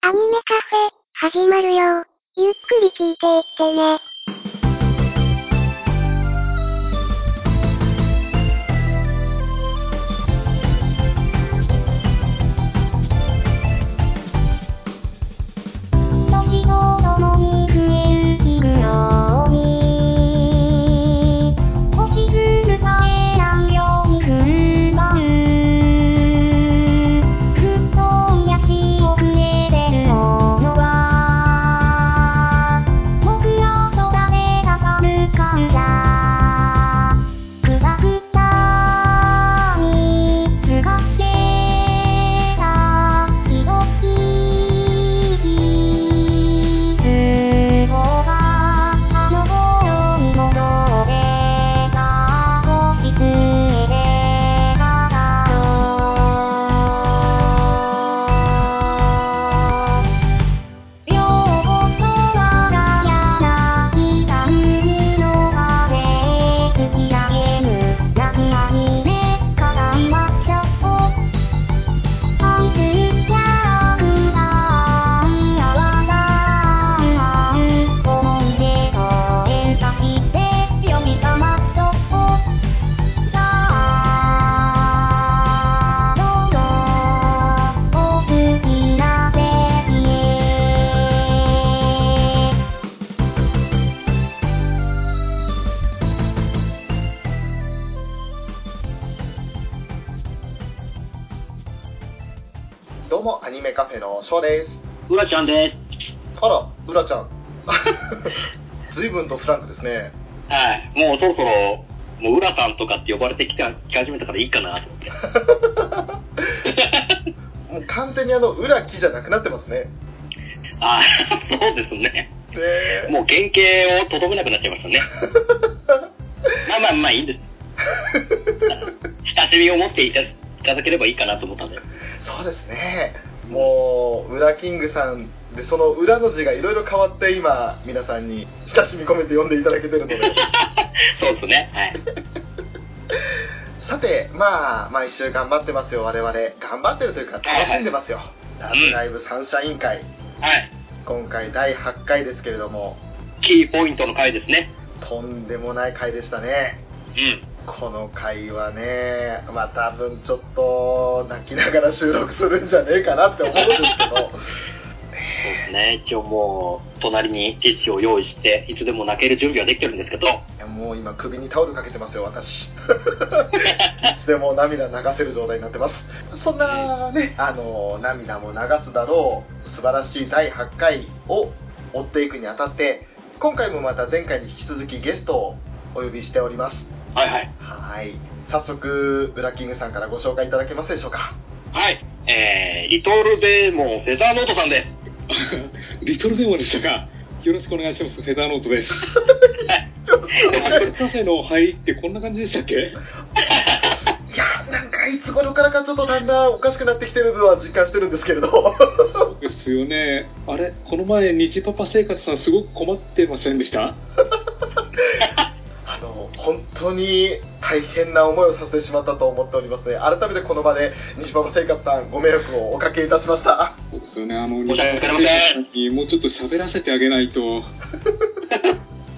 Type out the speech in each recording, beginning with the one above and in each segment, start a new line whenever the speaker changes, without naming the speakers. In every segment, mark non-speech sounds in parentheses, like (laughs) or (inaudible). アニメカフェ、始まるよ。ゆっくり聞いていってね。時とともに増えるイグノーに落ちずるさえないように踏ん張るふっと癒し遅れてるものは僕らと誰がさむかんだくらくたにすがってたひろききつぼがあの頃に戻れた星つえでただろう両言はが柳田海の風突き上げるラフアニメか頑張っちゃおう愛するキャラクターやわらん思い出と連鎖して呼び覚まっちゃおうさあどうぞお好きな席へ
どうもアニメカフェのショーです。
うらちゃんです。
あら、うらちゃん。 (laughs) ずいぶんとフランクですね。
はい。もうそろそろ、もううらさんとかって呼ばれてきた、き始めたからいいかなと思って。
もう完全にあの、うらきじゃなくなってますね。
ああ、 (laughs) そうですね。
で、
もう原型をとどめなくなっちゃいましたね。まあまあまあいいんです。親しみを持っていたいただければいいかなと思ったんで。
そうですね。もう、うらキングさんで、その裏の字がいろいろ変わって今、皆さんに親しみ込めて読んでいただけてるので。
そうですね。はい。
さて、まあ、毎週頑張ってますよ、我々。頑張ってるというか、楽しんでますよ。ラブライブサンシャイン会。
はい。
今回第8回ですけれども、
キーポイントの回ですね。
とんでもない回でしたね。
うん。
この回はねまあ多分ちょっと泣きながら収録するんじゃねえかなって思うんですけど (laughs)
そうですね。一応もう、隣にティッシュを用意して、いつでも泣ける準備はできてるんですけど、
いやもう今首にタオルかけてますよ私 (laughs) いつでも涙流せる状態になってますそんなねあの涙も流すだろう素晴らしい第8回を追っていくにあたって今回もまた前回に引き続きゲストをお呼びしております
はいはい。
はい早速ブラッキングさんからご紹介いただけますでしょうか
はい。えー、リトルベーモンフェザーノートさんです。
リトルデモンでしたか。よろしくお願いします。フェザーノートです。アニメカフェの入りってこんな感じでしたっけ
いや、なんかいつ頃からかちょっとだんだんおかしくなってきてるのは実感してるんですけれど。 (laughs)
そうですよね。あれ、この前、日パパ生活さんすごく困ってませんでした
あの、本当に大変な思いをさせてしまったと思っておりますね。改めてこの場で、西馬場生活さんご迷惑をおかけいたしました。
そうですよね。あの、
申
日
し訳ありません
パパ生活さんにもうちょっと喋らせてあげない
(laughs)
と。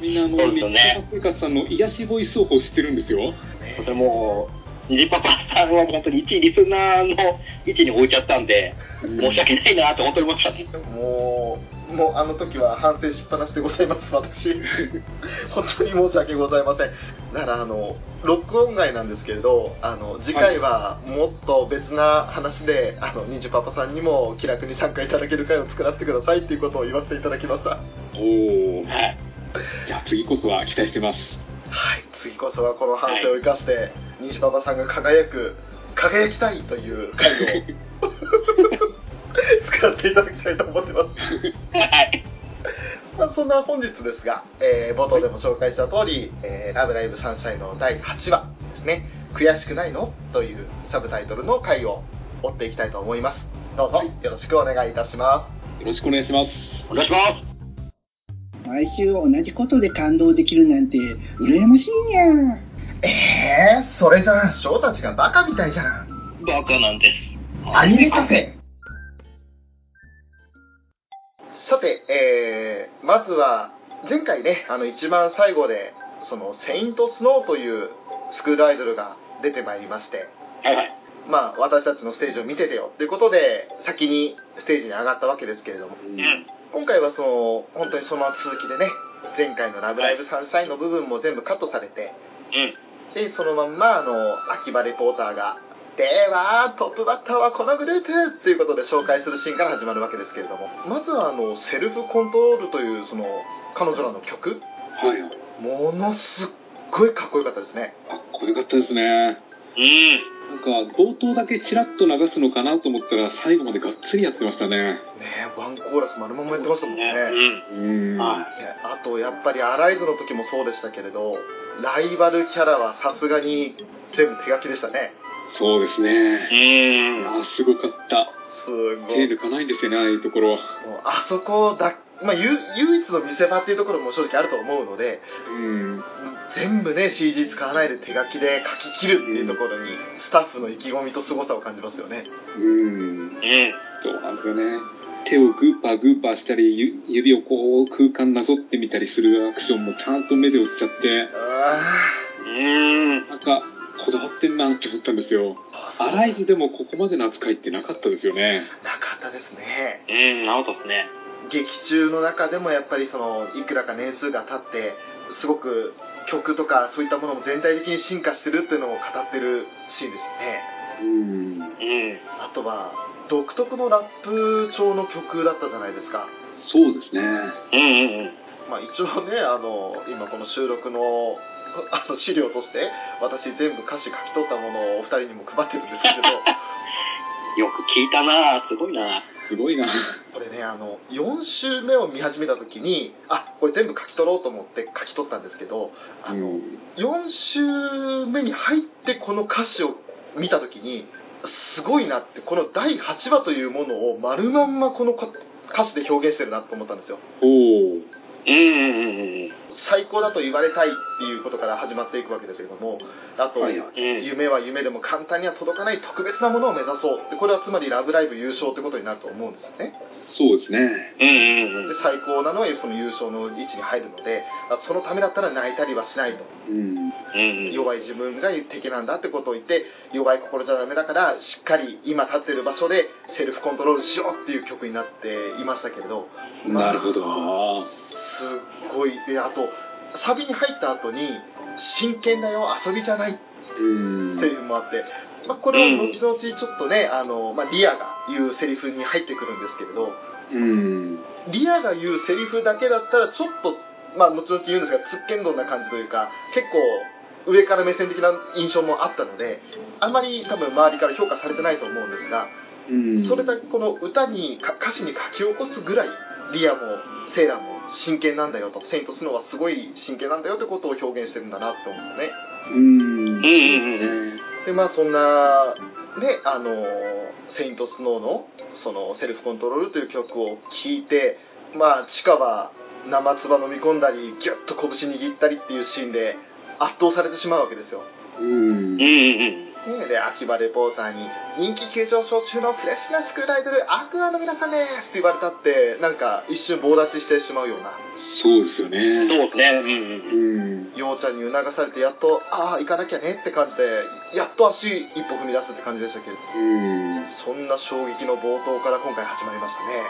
みんなあの、
そうですよ
日パ
ね
パ生活さんの癒しボイスを欲してるんですよ。
それもう、ニジパパさんは本当に一リスナーの位置に置いちゃったんで、申し訳ないなと思っておりましたね。
もう、もうあの時は反省しっぱなしでございます、私。本当に申し訳ございません。だからあの、録音外なんですけれど、あの、次回はもっと別な話で、あの、ニジパパさんにも気楽に参加いただける会を作らせてくださいっていうことを言わせていただきました。
おお。
はい。
じゃあ次こそは期待してます。
はい、次こそはこの反省を生かして、西馬場さんが輝く輝きたいという (laughs) 回を作らせていただきたいと思ってます、
はい。
まあ、そんな本日ですが、えー冒頭でも紹介した通り「えーラブライブサンシャイン」の第8話ですね「悔しくないの?」というサブタイトルの回を追っていきたいと思いますどうぞよろしくお願いいたします
よろしくお願いします。
お願いします。
毎週同じことで感動できるなんて羨ましいにゃ
ええそれじゃあ、翔たちがバカみたいじゃん。
バカなんです。
アニメカフェ。
さて、えー、まずは、前回ね、あの、一番最後で、その、セイントスノーというスクールアイドルが出てまいりまして、
はいはい。
まあ、私たちのステージを見ててよ、ということで、先にステージに上がったわけですけれども、
うん。
今回はその、本当にその続きでね、前回のラブライブサンシャインの部分も全部カットされて、で、そのまんま、あの、秋葉レポーターが、では、トップバッターはこのグループっていうことで紹介するシーンから始まるわけですけれども、まずはあの、セルフコントロールという、その、彼女らの曲、
はいはい。
ものすっごいかっこよかったですね。
かっこよかったですね。
うん。
なんか、冒頭だけチラッと流すのかなと思ったら、最後までがっつりやってましたね。
ねえワンコーラス丸まんまやってましたもんね。
うん。
うん。
は
ねあとやっぱりアライズの時もそうでしたけれどライバルキャラはさすがに全部手書きでしたね
そうですね。
い。うん。
あーすごかった。
すご
手
いもう
抜かないんですよね、ああいうところは。
あそこだ、まあ、ゆ唯一の見せ場っていうところも正直あると思うので
うん。
全部ね CG 使わないで手書きで書き切るっていうところにスタッフの意気込みと凄さを感じますよね
うん。
うん。
そうなんだよね。手をグーパーグーパーしたり、ゆ指をこう空間なぞってみたりするアクションもちゃんと目で落ちちゃって、
あ
うん。
なんか、こだわってんなって思ったんですよ。
あ
アライズでもここまでの扱いってなかったですよね。
なかったですね
うん。なおとですね。
劇中の中でもやっぱりそのいくらか年数が経ってすごく曲とかそういったものも全体的に進化してるっていうのを語ってるシーンですね
うん。
うん。
あとは独特のラップ調の曲だったじゃないですか
そうですね。
うんうんうん。
まあ一応ねあの今この収録のあの資料として私全部歌詞書き取ったものをお二人にも配ってるんですけれど
よく聞いたなすごいな
すごいな。
これねあの4週目を見始めた時にあこれ全部書き取ろうと思って書き取ったんですけどあの、4週目に入ってこの歌詞を見た時にすごいなってこの第8話というものを丸まんまこのこ歌詞で表現してるなと思ったんですよ
おお。
うんうんうんうん。
最高だと言われたいっていうことから始まっていくわけですけどもあと、
はいは
うん。
夢は夢でも簡単には届かない特別なものを目指そうでこれはつまり「ラブライブ!」優勝ってことになると思うんですよね
そうですね。
うんうんう
で
ん。
最高なのはその優勝の位置に入るのであそのためだったら泣いたりはしないと
うん。
うんうん。
弱い自分が敵なんだってことを言って弱い心じゃダメだからしっかり今立ってる場所でセルフコントロールしようっていう曲になっていましたけれど
なるほど。
すっごいであとサビに入った後に「真剣だよ遊びじゃない」
うん。
セリフもあって、まあ、これは後々ちょっとね、あのまあ、リアが言うセリフに入ってくるんですけれど
うん。
リアが言うセリフだけだったらちょっとまあ後々言うんですがつっけんどんな感じというか結構上から目線的な印象もあったのであんまり多分周りから評価されてないと思うんですが
うん。
それだけこの歌にか歌詞に書き起こすぐらいリアもセイラも真剣なんだよとセイントスノーはすごい真剣なんだよということを表現してるんだなと思うんですね
うん。
うんうんうん。
ね
でまあそんなであのセイントスノーのそのセルフコントロールという曲を聴いてまあチカは生唾飲み込んだりギュッと拳握ったりっていうシーンで圧倒されてしまうわけですよ。
うん
うんうんうん。
ね、で秋葉レポーターに「人気急上昇中のフレッシュなスクールアイドルアクアの皆さんです!」って言われたってなんか一瞬棒立ちしてしまうような
そうですよね。
そうですね。うんうん。
うん。
陽ちゃんに促されてやっと「ああ行かなきゃね」って感じでやっと足一歩踏み出すって感じでしたけど
うん。
そんな衝撃の冒頭から今回始まりましたね。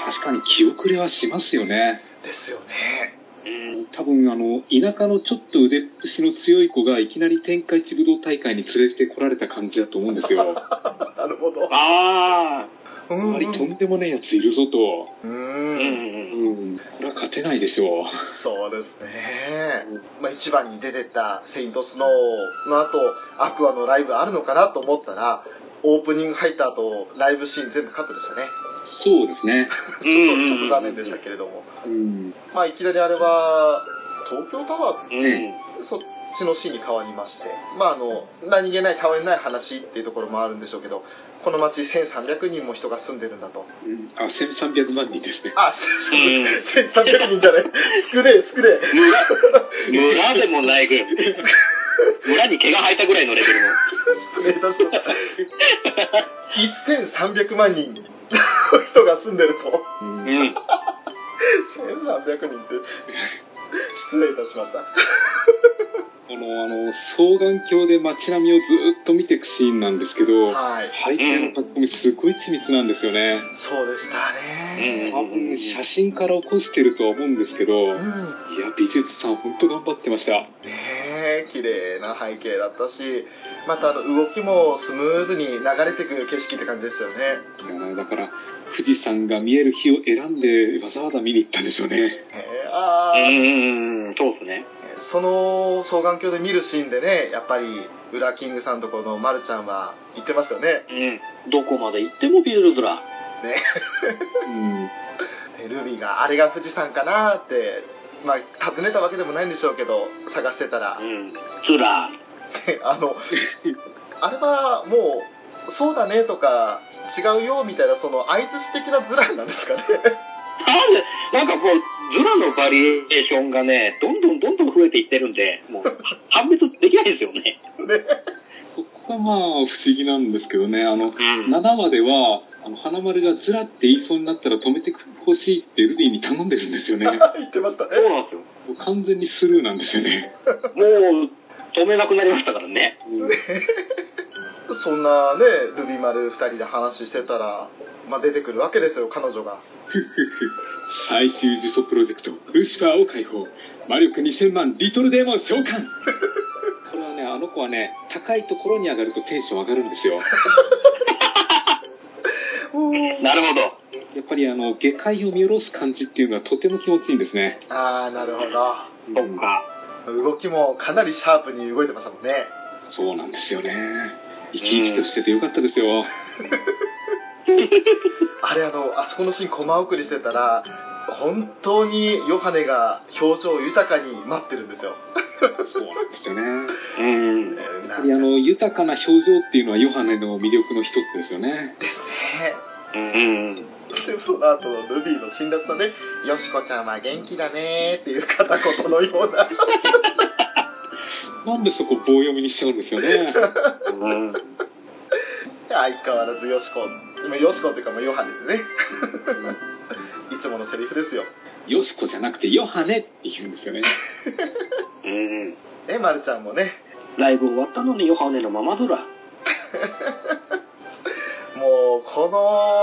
まあ、確かに気遅れはしますよね。
ですよね。
うん。
多分あの田舎のちょっと腕っぷしの強い子がいきなり天下一武道大会に連れてこられた感じだと思うんですよ。
なるほど。
ああ。
う
あまりとんでもねえやついるぞと、
うん
う
んう
ん。
んうん。
うん、これは勝てないでしょう。
そうですね。まあ一番に出てったセイントスノーの後、アクアのライブあるのかなと思ったら、オープニング入った後、ライブシーン全部カットでしたね。
そうですね。
ちょっと、ちょっと残念でしたけれども。
うん、
まあいきなりあれは、東京タワー
うんうん。
そっちのシーンに変わりまして、まああの、何気ない変わりない話っていうところもあるんでしょうけど、この街1300人も人が住んでるんだと。
うんあ、1300万人ですね。
あ、1300人じゃない。少ねえ、少ねえ。
村でもないぐらい。村に毛が生えたぐらいのレベルの。
失礼いたしました。1300万人の人が住んでると。
うん
うん。
1300人って失礼いたしました
この、あの、双眼鏡で街並みをずっと見ていくシーンなんですけど、
はい
背景の書き込みすごい緻密なんですよね。
そうでしたね
多分ね写真から起こしてるとは思うんですけど、いや
う、ん
美術さん本当頑張ってました。
ねえ綺麗な背景だったしまたあの動きもスムーズに流れてくる景色って感じですよね
いやだから富士山が見える日を選んでわざわざ見に行ったんですよね。
ねえあー
うん、そうですね。
その双眼鏡で見るシーンでねやっぱりウラキングさんとこのまるちゃんは言ってますよね
うん。どこまで行ってもビルドラ。
うん、
でルビーがあれが富士山かなってまあ尋ねたわけでもないんでしょうけど探してたら、
うん。つら。
であのあれはもうそうだねとか違うよみたいなその相づち的なズラなんですかね (laughs)
なんかこう、ズラのバリエーションがね、どんどんどんどん増えていってるんで、もう、判別できないですよね。
そこがまあ不思議なんですけどねあの
うん。
7話ではあの花丸がずらって言いそうになったら止めてほしいってルビーに頼んでるんですよね。も
言ってましたね
そうなんですよ。
う完全にスルーなんですよね。
もう、止めなくなりましたからね。
うん
そんなねルビ丸2人で話してたら、まあ、出てくるわけですよ彼女が
最終自訴プロジェクトウスパーを解放魔力2000万リトルデーモン召喚これはねあの子はね高いところに上がるとテンション上がるんですよ
なるほど。
やっぱりあの下界を見下ろす感じっていうのはとても気持ちいいんですね
ああなるほど
そっか。
動きもかなりシャープに動いてましたもんね
そうなんですよね生き生きとしててよかったですよ、
あれあのあそこのシーンコマ送りしてたら本当にヨハネが表情豊かに待ってるんですよ、
そうなんですよねやっ
うん。
え
ね
ー
ぱりあの豊かな表情っていうのはヨハネの魅力の一つですよね
ですね
うん。
でその後のルビーの辛辣なね「よしこちゃんは元気だね」っていう片言のような
なんでそこ棒読みにしちゃうんですよね
うん。
相変わらずよしこ今よしこっていうかもうヨハネでね (laughs) いつものセリフですよ
よしこじゃなくてヨハネって言うんですよね
うん。
ねまるちゃんもね
ライブ終わったのにヨハネのままドラ。
もうこ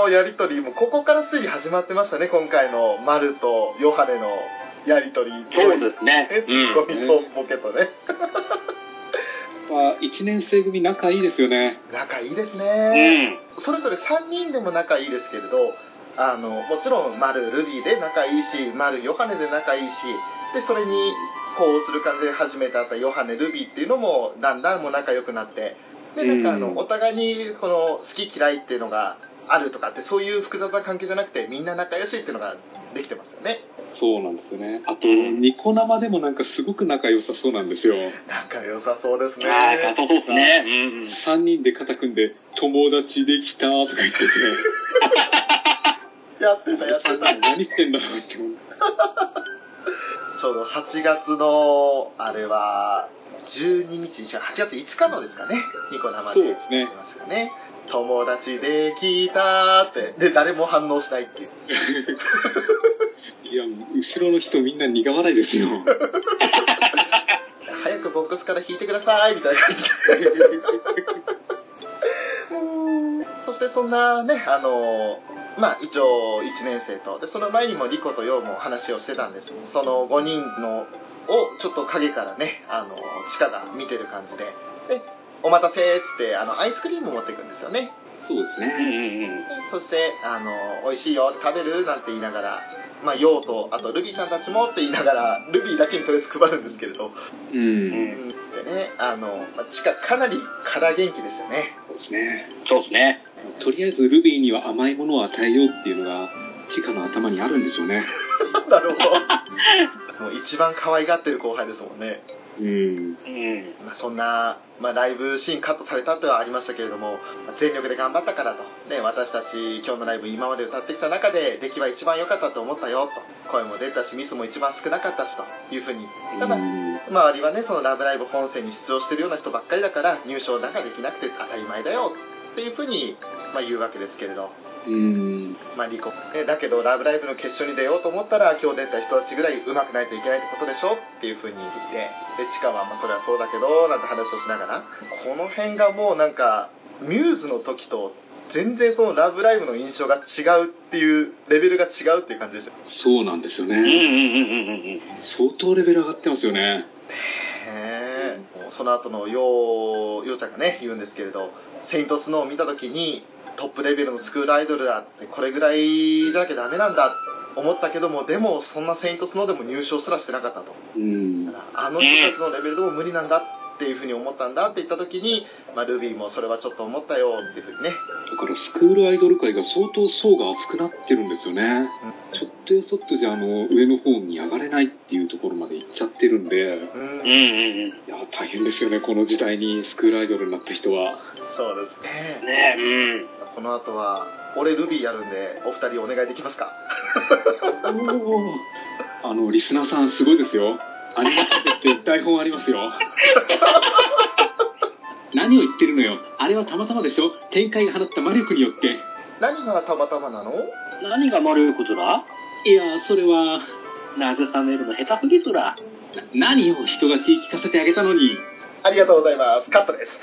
のやり取りもうここからすでに始まってましたね今回のまるとヨハネのやり取り
そうですね。
ねツッコミとボケとね
やっぱ1年生組仲いいですよね
仲いいです
うん。
ね、
うん。
それぞれ3人でも仲いいですけれどあのもちろん丸ルビーで仲いいし丸ヨハネで仲いいしでそれにこうする感じで初めて会ったヨハネルビーっていうのもだんだんもう仲良くなってでなんかあの、
うん
お互いにこの好き嫌いっていうのがあるとかってそういう複雑な関係じゃなくてみんな仲良しっていうのができてますよね
そうなんですよねあとニコ生でもなんかすごく仲良さそうなんですよ
仲良さそうですね
ああ、そうですね。うん。
3人で肩組んで「友達できた」とか言って (laughs) て
やってたやって
3
た
人何してんだろうって思う
ちょうど8月のあれは12日じゃ8月5日のですかねニコ生
そう
で
ですね
ありましたね友達できたってで誰も反応しないっていう
いや後ろの人みんな苦笑いですよ
早くボックスから引いてくださいみたいな感じでそしてそんなねあのまあ一応1年生とでその前にもリコとヨウも話をしてたんですその5人のをちょっと影からねあのシカが見てる感じででお待たせっつってあのアイスクリーム持っていくんですよね
(laughs) そうです
うん
ね
うん
そして、あの、美味しいよ、食べるなんて言いながら、まあ、ヨウと、あと、ルビーちゃんたちもって言いながら、ルビーだけにとりあえず配るんですけれど、
う
う
んん。う
で
ん。
ね、あの、まあ地下かなり空元気ですよね。
そうですね
そうですね。
とりあえずルビーには甘いものを与えようっていうのがチカの頭にあるんでしょうね
なるほど。もう一番可愛がってる後輩ですもんね。
うん
うん。
まあ、そんな、まあ、ライブシーンカットされたとはありましたけれども、まあ全力で頑張ったからと。ね、私たち今日のライブ今まで歌ってきた中で、出来は一番良かったと思ったよ、と。声も出たし、ミスも一番少なかったし、というふうに。ただ、
うん
周りはね、そのラブライブ本戦に出場してるような人ばっかりだから、入賞なんかできなくて当たり前だよっていうふうに、まあ、言うわけですけれど。
うんうん
まあ、離婚、ね、だけど「ラブライブ!」の決勝に出ようと思ったら今日出た人たちぐらい上手くないといけないってことでしょっていうふうに言ってでチカはまあそれはそうだけどなんて話をしながらこの辺がもうなんかミューズの時と全然その「ラブライブ!」の印象が違うっていうレベルが違うっていう感じでした
そうなんですよ
うんう
ね
んうんうんうんうん。
相当レベル上がってますよね
へえもうその後のようようちゃんがね言うんですけれど「セイントスノー」を見た時にトップレベルのスクールアイドルだってこれぐらいじゃなきゃダメなんだって思ったけどもでもそんな「セイントスノー」でも入賞すらしてなかったと
うん
だからあの人たちのレベルでも無理なんだっていうふうに思ったんだって言った時に、まあ、ルビーもそれはちょっと思ったよっていうふうにね
だからスクールアイドル界が相当層が厚くなってるんですよね
う
ちょっとやそっとじゃあの上の方に上がれないっていうところまで行っちゃってるんで
うん
うんうんうん。
いや大変ですよねこの時代にスクールアイドルになった人は
そうですね
ねえ、うん。
この後は「俺ルビーやるんでお二人お願いできますか?」
あのリスナーさんすごいですよアニメって台本ありますよ何を言ってるのよあれはたまたまでしょ展開が放った魔力によって
何がたまたまなの
何が悪いことだ
いやそれは
慰めるの下手すぎすら。
な何を人が気聞かせてあげたのに
ありがとうございますカットです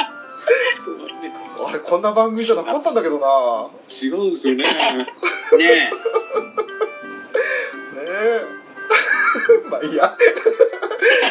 あれこんな番組じゃなかったんだけどな
違うんですよね
ねえ。
ねえ (laughs) まあいいや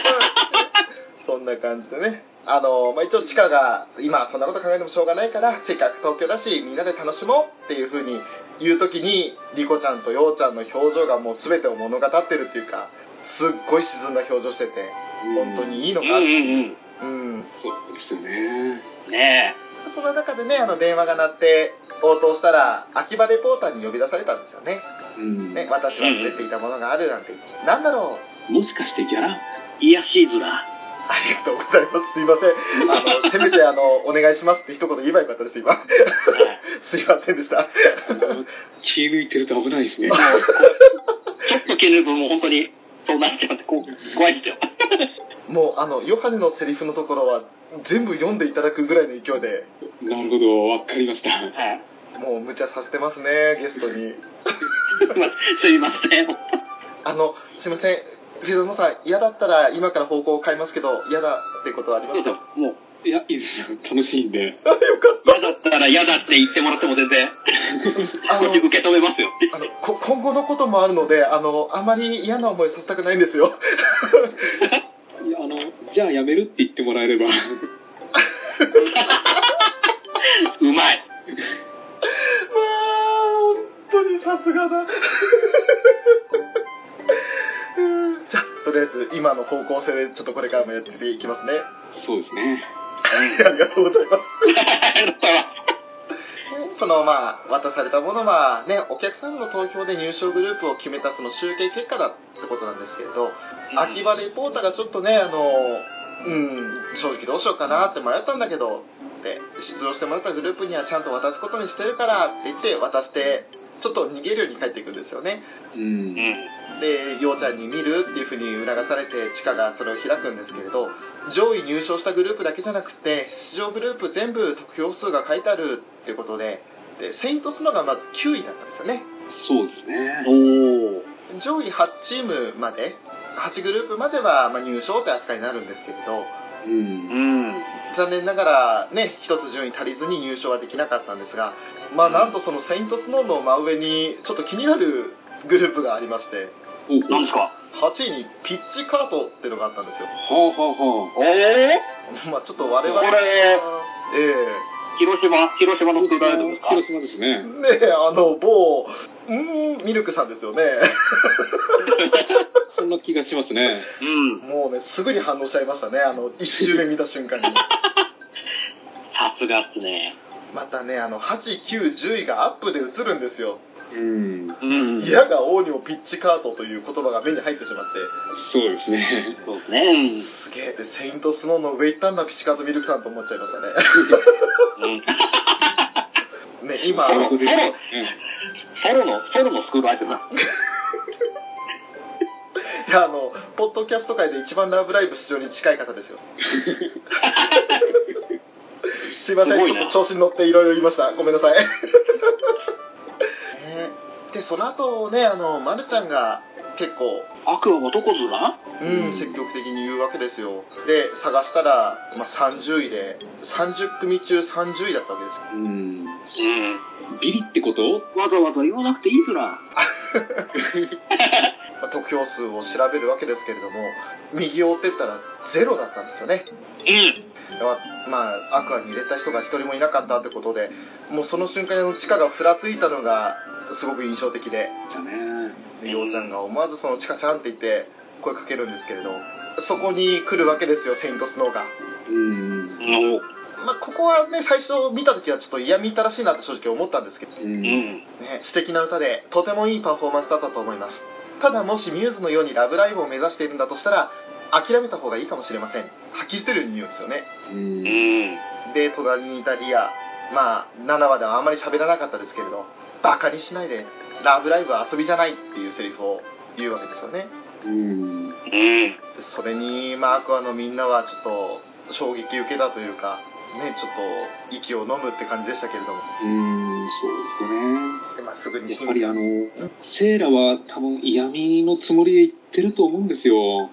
(laughs) そんな感じでねあの、まあ、一応チカが今はそんなこと考えてもしょうがないからせっかく東京だしみんなで楽しもうっていうふうに言う時にリコちゃんとヨウちゃんの表情がもう全てを物語ってるっていうかすっごい沈んだ表情してて本当にいいの
う
かって
ん
いう、
うん
うん、
そうですよね
うん。ね
その中でねあの電話が鳴って応答したら秋葉レポーターに呼び出されたんですよね
うん
ね私忘れていたものがあるなんてなんだろう
もしかしてギャラ
え。癒やしいず
あ
ら。
りがとうございます。すいません。あの、せめてあの、お願いしますって一言言えばよかったです、今。すいませんでした。
気抜いてると危ないです (laughs) ね
ちょっと気抜くともう本当にそうなっちゃってこう怖いですよ。
もう、あの、ヨハネのセリフのところは、全部読んでいただくぐらいの勢いで、
なるほどわかりました
はい。
もう無茶させてますね、ゲストに。
すいません。
あの、すいません。藤園さん、嫌だったら今から方向を変えますけど、嫌だってことはありま
そう
す (laughs)
そ
か
う。もう、
いやいいですよ楽しいんで
嫌だったら嫌だって言ってもらっても全然、こ
あの
っち、受け止めますよ。
あのこ (laughs) 今後のこともあるので、あの、あまり嫌な思いさせたくないんですよ。
いやあのじゃあやめるって言ってもらえれば
うまい。
まあ、本当にさすがだ。 (laughs) じゃあ、とりあえず今の方向性でちょっとこれからもやっていきますね。 (laughs)
そうですね
ありがとうございます。
ありがとうございます
そのまあ、渡されたものはね、お客さんの投票で入賞グループを決めたその集計結果だってことなんですけれど、秋葉レポーターがちょっとね、あの、うん、正直どうしようかなって迷ったんだけど、で出場してもらったグループにはちゃんと渡すことにしてるからって言って渡して、ちょっと逃げるように帰っていくんですよね。
うん
うん。
で、ようちゃんに見るっていうふうに促されて、チカがそれを開くんですけれど、上位入賞したグループだけじゃなくて、出場グループ全部得票数が書いてあるっていうことで、で、セイントスノーがまず9位だったんですよね。
そうですね
おー。
上位8チームまで、8グループまでは、まあ、入賞って扱いになるんですけれど、
う
う
んん。
残念ながらね、一つ順位足りずに入賞はできなかったんですが、まあなんとそのセイントスノーの真上に、ちょっと気になるグループがありまして、
ほうほう
何
は
ですか
8位にピッチカートっていうのがあったんですよ。
あは
おー
まあちょっと我々
これ
え
広島、広島の
あ
スクールアイドル
は
です
あ
か
広島です
え
ね
ねえあの某うーんミルクさんですよね
そんな気がしますね
うん。
もうねすぐに反応しちゃいましたねあの1周目見た瞬間に
さすがっすね。
またねあの8910位がアップで映るんですよ
うん
うん。
嫌が王にもピッチカートという言葉が目に入ってしまっ
そうですね
そうですね
て。すげえでセイントスノーの上行ったんだピッチカートミルクさんと思っちゃいましたね
うん。うん
(laughs) ね今
そ
あ
う
の
そうですね
ソロの、ソロのスクールアイドルなんです
いやあのポッドキャス
(laughs)
ト界で一番「ラブライブ!」出場に近い方ですよすいません、
すご
ち
い
ょ
な
っと調子に乗っていろいろ言いました。ごめんなさい。 (laughs) ねで、その後ね、あの、まるちゃんが結構、
悪は男綱
うん、積極的に言うわけですよ。で、探したら、まあ、30位で、30組中30位だったわけです。
うん
う
ビリってこと
ん。わざわざ言わなくていいすら。
まあ、得票数を調べるわけですけれども、右を追ってったらゼロだったんですよね。
うん。
ままあ、アクアに入れた人が一人もいなかったってことで、もうその瞬間にあの地下がふらついたのが、すごく印象的で、
だね
で、ようちゃんが思わずそのチカさんって言って声かけるんですけれど、そこに来るわけですよ、セイントスノーが。
うん
の、
まあ、ここはね、最初見た時はちょっと嫌みったらしいなと正直思ったんですけど、ね、
うん
うん。
素敵な歌で、とてもいいパフォーマンスだったと思います。ただ、もしミューズのようにラブライブを目指しているんだとしたら、諦めた方がいいかもしれません。吐き捨てるように言うんですよね。
うん
うん。
で、隣にいたリア、まあ、7話ではあんまり喋らなかったですけれど、バカにしないで、ラブライブは遊びじゃないっていうセリフを言うわけですよね。
うん
うん。
でそれに、まあ、アクアのみんなはちょっと衝撃受けたというか、ね、ちょっと息を飲むって感じでしたけれども、
うんそうですね
でまあ、すぐに
やっぱりあのセイラは多分嫌味のつもりで言ってると思うんですよ
う
なん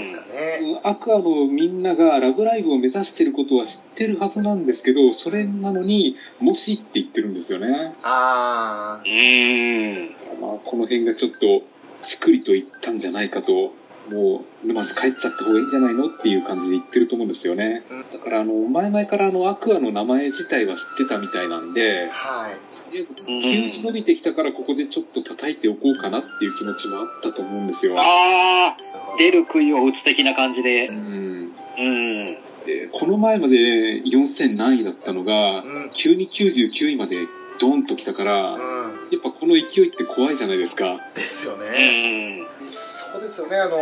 です
ん
か。ね。
アクアのみんなが「ラブライブ!」を目指してることは知ってるはずなんですけどそれなのに「もし」って言ってるんですよね
あ
うん。
まあこの辺がちょっとしっくりと言ったんじゃないかともう沼津帰っちゃった方がいいんじゃないのっていう感じで言ってると思うんですよね
うん
だからあの前々からあのアクアの名前自体は知ってたみたいなんで
ー、はい。
急に伸びてきたからここでちょっと叩いておこうかなっていう気持ちもあったと思うんですよ
ああ、出る杭を打つ的な感じで
う。ん
うん。
でこの前まで4000何位だったのが
うん。
急に99位までドンと来たからや
うん。
っぱこの勢いって怖いじゃないですか
ですよ
う
ね。
ん。
そうですよね。あの、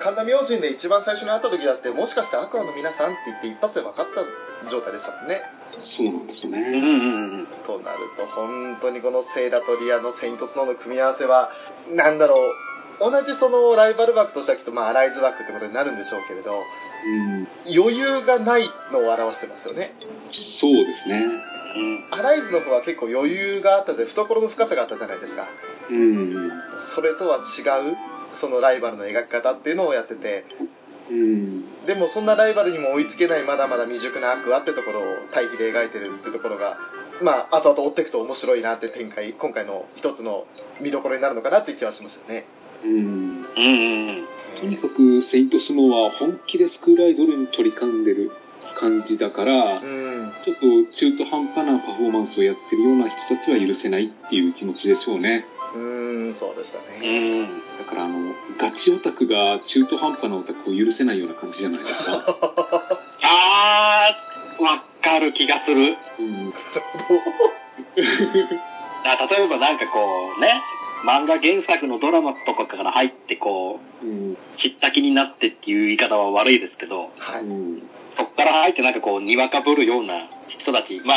神田明神で一番最初に会った時だって、もしかしてアクアの皆さんって言って一発で分かった状態でしたもんね。
そうなんです
う
よね
ん。
となると本当にこのセイラとリアのセイントスノーの組み合わせはなんだろう同じそのライバル枠としてはきっとまあアライズ枠ってことになるんでしょうけれど
うん
余裕がないのを表してますよね
そうですね
うん。
アライズの方は結構余裕があったで懐の深さがあったじゃないですか
うん
それとは違うそのライバルの描き方っていうのをやってて
うん
でもそんなライバルにも追いつけないまだまだ未熟なアクアってところを対比で描いてるってところがまあ後々追っていくと面白いなって展開今回の一つの見どころになるのかなっていう気はしましたね
うん
うん。
とにかく「セイントスノー」は本気でスクールアイドルに取り組んでる感じだから
うん
ちょっと中途半端なパフォーマンスをやってるような人たちは許せないっていう気持ちでしょうね
うんそうでした
う
ね
ん。
だからあのガチオタクが中途半端なオタクを許せないような感じじゃないですか、
ああ、わかる気がする。
うん、
あ例えばなんかこうね、漫画原作のドラマとかから入ってこ
うん
う、知った気になってっていう言い方は悪いですけど、
は
う
い
ん
そこから入ってなんかこう、にわかぶるような人たち、まあ、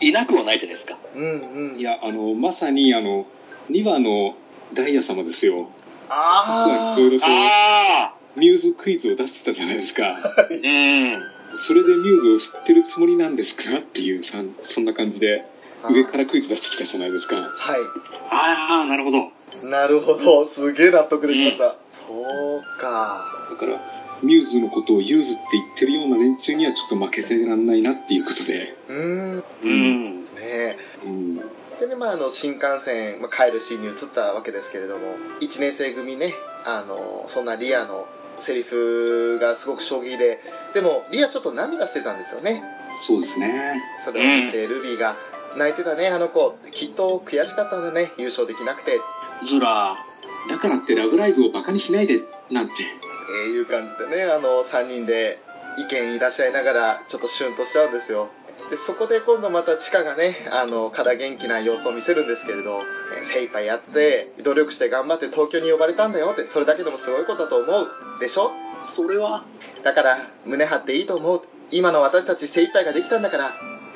いなくはないじゃないですか。
うんうん
いやあのまさにあの2話のダイヤ様ですよ
あ
いろいろこ
ああ、
うミューズクイズを出してたじゃないですか
うん。
それでミューズを知ってるつもりなんですかっていうさんそんな感じで
あ
上からクイズ出してきたじゃないですか
はい
ああ、なるほど。
なるほどすげえ納得できました、そうか
だからミューズのことをユーズって言ってるような連中にはちょっと負けてらんないなっていうことで、
うんね
うん。
え
うん、
でね、まあ、あの新幹線、まあ、帰るシーンに移ったわけですけれども1年生組ねあのそんなリアのセリフがすごく衝撃ででもリアちょっと涙してたんですよね
そうですね
それを見てルビーが「泣いてたねあの子きっと悔しかったんだね優勝できなくて」
ずら。
だからって「ラブライブ!」をバカにしないでなんて
えーいう感じでねあの3人で意見言い出し合いながらちょっとシュンとしちゃうんですよでそこで今度またチカがねあのから元気な様子を見せるんですけれどえー精一杯やって努力して頑張って東京に呼ばれたんだよってそれだけでもすごいことだと思うでしょ
それは、
だから胸張っていいと思う今の私たち精一杯ができたんだから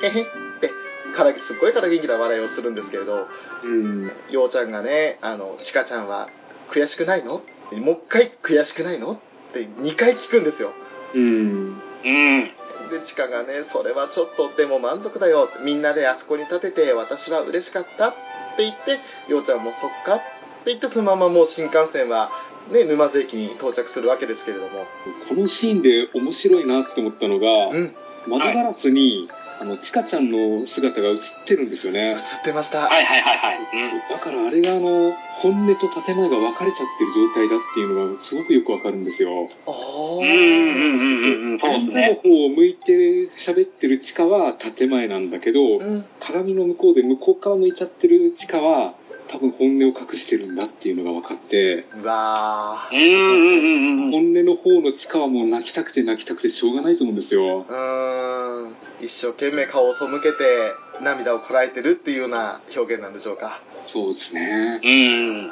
へへってからすっごいから元気な笑いをするんですけれど
うん
ようちゃんがね、あの、ちかちゃんは、悔しくないのもう一回悔しくないのって2回聞くんですよ。
うん
うん。
で、でチカがね、それはちょっとでも満足だよ。みんなであそこに立てて私は嬉しかったって言って、ようちゃんもそっかって言って、そのままもう新幹線はね、沼津駅に到着するわけですけれども。
このシーンで面白いなって思ったのが、
うん、
窓ガラスに、あの、ちかちゃんの姿が映ってるんですよ
映
ね。
ってました。
はいはいはいはい。うん。
だからあれがあの、本音と建前が分かれちゃってる状態だっていうのがすごくよくわかるんですよ。
あー
うんうんうんうんうん、そうです
女の
ね。
方を向いて喋ってる地下は建前なんだけど、
うん、
鏡の向こうで向こう側向いちゃってる地下は、多分本音を隠してるんだっていうのが分かって、
うわ
うんうんうんうん。
本音の方の地下はもう泣きたくて泣きたくてしょうがないと思うんですよ。
ーうーん一生懸命顔を背けて涙をこらえてるっていうような表現なんでしょうか
そうですね。
う
い
ん。
や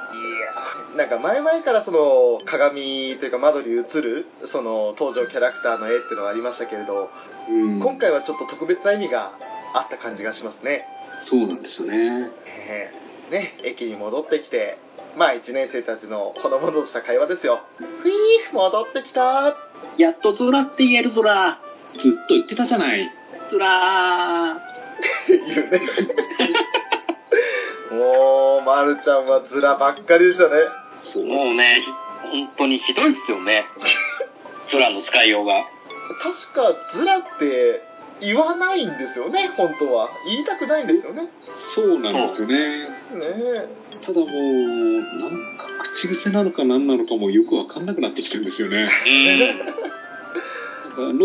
ーなんか前々からその鏡というか窓に映るその登場キャラクターの絵っていうのはありましたけれど、
うん、
今回はちょっと特別な意味があった感じがしますね
そうなんですよね。
えーね駅に戻ってきてまあ1年生たちのほのぼのとした会話ですよふいー戻ってきたー
やっとゾラって言えるゾラ。ずっと言ってたじゃない。
つらー。
っていうね (laughs) もう、ま、るちゃんはズラばっかりでしたね
そう
もうね、本当にひどいっすよね。つらの使いようが。
確かズラって言わないんですよね本当は言いたくないんですよねね
そうなんですよね。
え
ただもう、なんか口癖なのか何なのかもよくわかんなくなってきてるんですよね。
うん。
なんか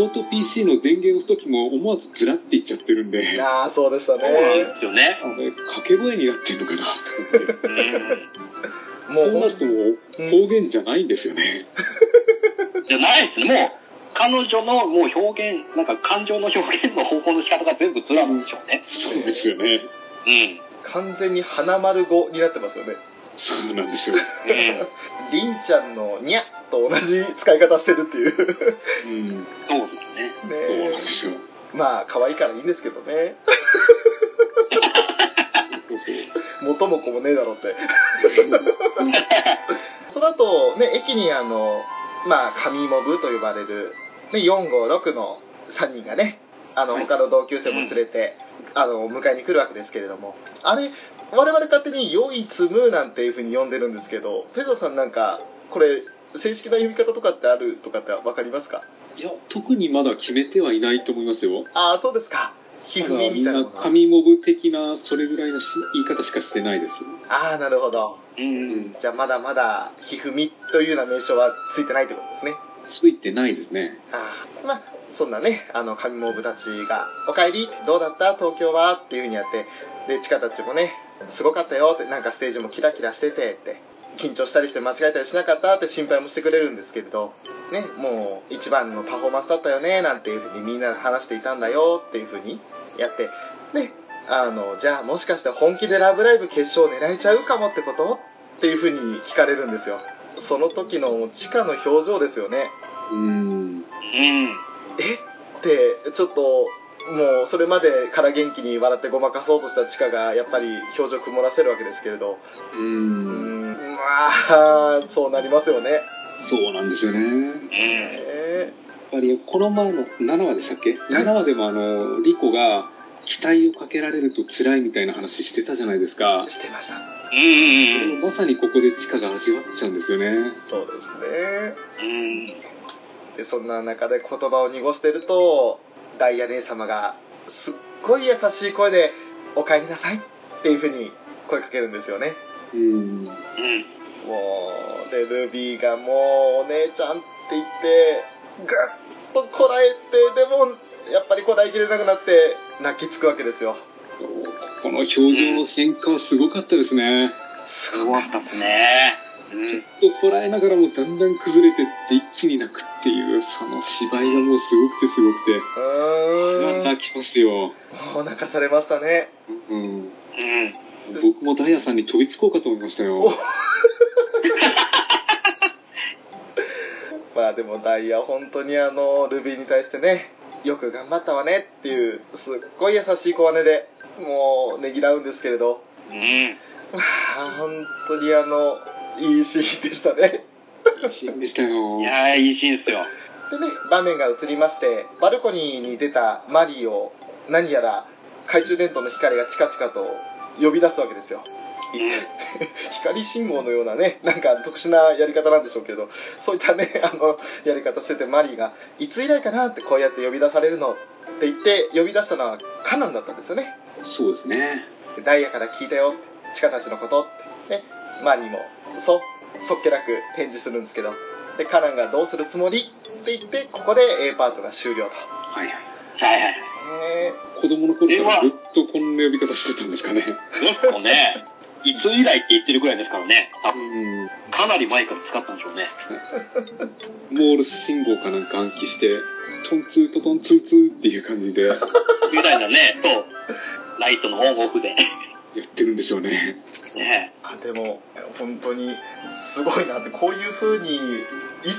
ノート PC の電源を押す時も思わずズラって言っちゃってるんで、あ
ああそうでした
そうなん
ね
ですよね。
れ掛け声になってるのかなって思って。
うん。
も
そうな
う
るともう方言じゃないんですよね。
じゃないっすね。もう、彼女のもう表現、なんか感情の表現の方法の仕方が全部つらなんでしょうね。
そうですよね。
うん。
完全に花丸語になってますよね
そうなんですよ。
うん。
りんちゃんのにゃと同じ使い方してるっていうね
うん、
そうですね。
そう
(laughs)
なん
え
ですよ。
まあ可愛いからいいんですけどね元も子もねえだろう (laughs) ってその後ね駅にあのまあ神モブと呼ばれる、ね、456の3人がねあの、
はい
他の同級生も連れて、あの迎えに来るわけですけれどもあれ我々勝手に「良いつむ」なんていうふうに呼んでるんですけどペザさんなんかこれ正式な呼び方とかってあるとかって分かりますか
いや、特にまだ決めてはいないと思いますよ。
ああそうですか皮
た
膚
だ
み
みん
たいな
な
ものが
神モブ的なそれぐらいのし言い方しかしてないです。
ああなるほど
うん。
じゃあまだまだひふみというような名称はついてないってことですね
ついてないですね。
ああまあそんなねあの上毛部たちが「おかえりどうだった東京は?」っていうふうにやってでチカたちもね「すごかったよ」ってなんかステージもキラキラしててって緊張したりして間違えたりしなかったって心配もしてくれるんですけれどねもう一番のパフォーマンスだったよねなんていうふうにみんなで話していたんだよっていうふうにやってねあのじゃあもしかして本気で「ラブライブ!」決勝を狙えちゃうかもってことっていうふうに聞かれるんですよその時のチカの表情ですよね
うん。
うん。
えってちょっともうそれまでから元気に笑ってごまかそうとしたチカがやっぱり表情曇らせるわけですけれど
う
うー
ん。
んまあそうなりますよね
そうなんですよね。やっ
うん。
え
ぱりこの前の7話でしたっけ ?7 話でもあの、リコが期待をかけられると辛いみたいな話してたじゃないですか
ー、。してました
うん。うん。
まさにここで地下が味わっちゃうんですよね。
そうですね
うん。
でそんな中で言葉を濁してるとダイヤ姉様がすっごい優しい声で「お帰りなさい」っていうふうに声かけるんですよね
う
う
ん。
ん。
もう、で、ルビーがもう、お姉ちゃんって言って、ぐっとこらえて、でも、やっぱりこらえきれなくなって、泣きつくわけですよ。
ここの表情の変化はすごかったですね。
す
す
ご
ご
い。
かったっすね。うん。
ちょっとこらえながらもだんだん崩れてって一気に泣くっていう、その芝居がもうすごくてすごくて。
うーん。
泣きますよ。
もう泣かされましたね。
うん。
うん。
僕もダイヤさんに飛びつこうか (laughs) と思いました
お
よ。
まあでも、ダイヤ、本当にあの、ルビーに対してね、よく頑張ったわねっていう、すっごい優しい小姉で、もう、ねぎらうんですけれど、
うん。
まあ、本当にあの、いいシーンでしたね。
いいシーンでしたよ
い。やー、いいシーンっすよ。
でね、場面が移りまして、バルコニーに出たマリーを、何やら懐中電灯の光がチカチカと呼び出すわけですよ。
うん。
光信号のようなね、なんか特殊なやり方なんでしょうけど、そういったね、 (laughs) あの、やり方してて、マリーが、いつ以来かなってこうやって呼び出されるのって言って、呼び出したのはカナンだったんですよね。
そうですね。
でダイヤから聞いたよ、チカたちのことって、ね、マリーも、そう、そっけなく返事するんですけど、で、カナンがどうするつもりって言って、ここで A パートが終了と。
はいはい。
はいはい。
ね
子供の頃か
では
らずっとこんな呼び方してたんですかね。
ですかね。いつ以来って言ってるくらいですからね。多分
うん。
かなり前から使ったんでしょうね。
モールス信号かなんか暗記して、トンツートトンツーツーっていう感じでや
みたいなね、そう。ライトのオンオフで。
ってるんでしょうね。 (laughs)
ね
あでも本当にすごいなってこういう風にい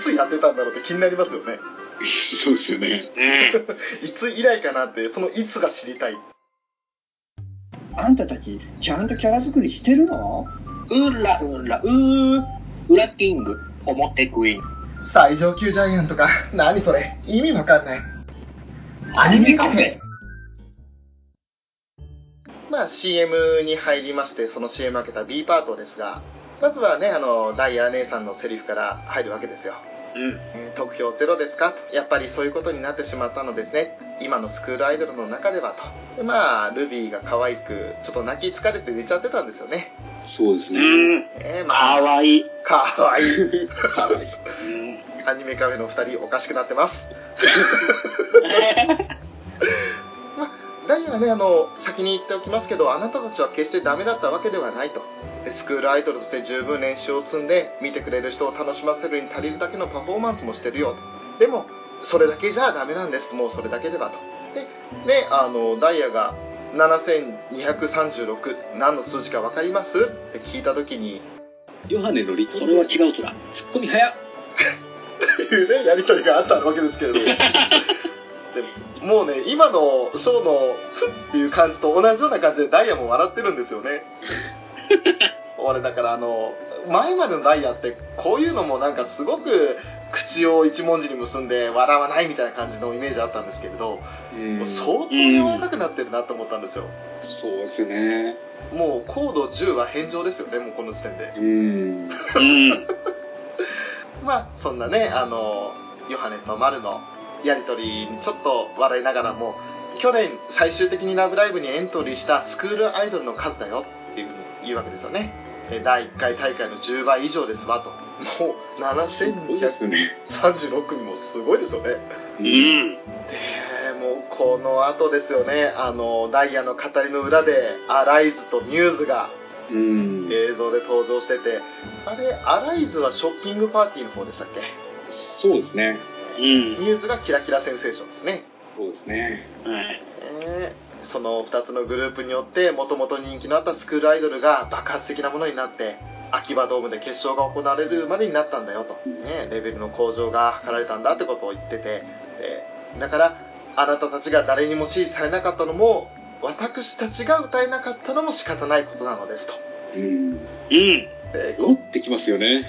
つやってたんだろうって気になりますよね
そうですよね。
え。うん。
いつ以来かなってそのいつが知りたい
あんたたち、ちゃんとキャラ作りしてるの
うらうらうー、ウラキング、表クイーン。
最上級ジャイアントか。何それ意味わかんない。アニメカフェ
まあ CM に入りましてその CM 開けた B パートですがまずはねあのダイヤ姉さんのセリフから入るわけですよ
うん。
えー得票ゼロですかやっぱりそういうことになってしまったのですね今のスクールアイドルの中ではとでまあルビーが可愛くちょっと泣き疲れて寝ちゃってたんですよね
そうですね。
うん。
えーま
か
あ
わいい。
かわいい
かわいい。
うん。
アニメカフェの2人おかしくなってます。まあ、ダイヤはね、あの、先に言っておきますけど、あなたたちは決してダメだったわけではないと。でスクールアイドルとして十分練習を積んで、見てくれる人を楽しませるに足りるだけのパフォーマンスもしてるよ。でも、それだけじゃダメなんです。もうそれだけではと。で、ね、あの、ダイヤが、7236何の数字か分かりますって聞いた時に
ヨハネのリト
そ
ル
れは
は
違うとだ。
ツッコミ早っ。
いうねやり取りがあったわけですけれ
(laughs)
どもでもうね今のショーの「ふっ」っていう感じと同じような感じでダイヤも笑ってるんですよね俺だからあの前までのダイヤってこういうのもなんかすごく口を一文字に結んで笑わないみたいな感じのイメージあったんですけれど、
うんそう
相当柔らかくなってるなと思ったんですよ、
ですね。
もう高度10は返上ですよねもうこの時点で
うん。
うん。
まあそんなねあのヨハネとマルのやり取りにちょっと笑いながらも去年最終的に「ラブライブ!」にエントリーしたスクールアイドルの数だよっていうふうに言うわけですよねえ第1回大会の10倍以上ですわともう
そうです
7236
ね。
組もすごいですよね
うん。
でもうこの後ですよねあのダイヤの語りの裏でアライズとミューズが
うん。
映像で登場しててあれアライズはショッピングパーティーの方でしたっけ
そうですね。
うん。
ミューズがキラキラセンセーションですね、
そうですね。
はい。
えーその2つのグループによってもともと人気のあったスクールアイドルが爆発的なものになって秋葉ドームで決勝が行われるまでになったんだよと、ね、レベルの向上が図られたんだってことを言っててでだからあなたたちが誰にも支持されなかったのも私たちが歌えなかったのも仕方ないことなのです
うん。
うん。ね
と。で
持ってきますよね。
ね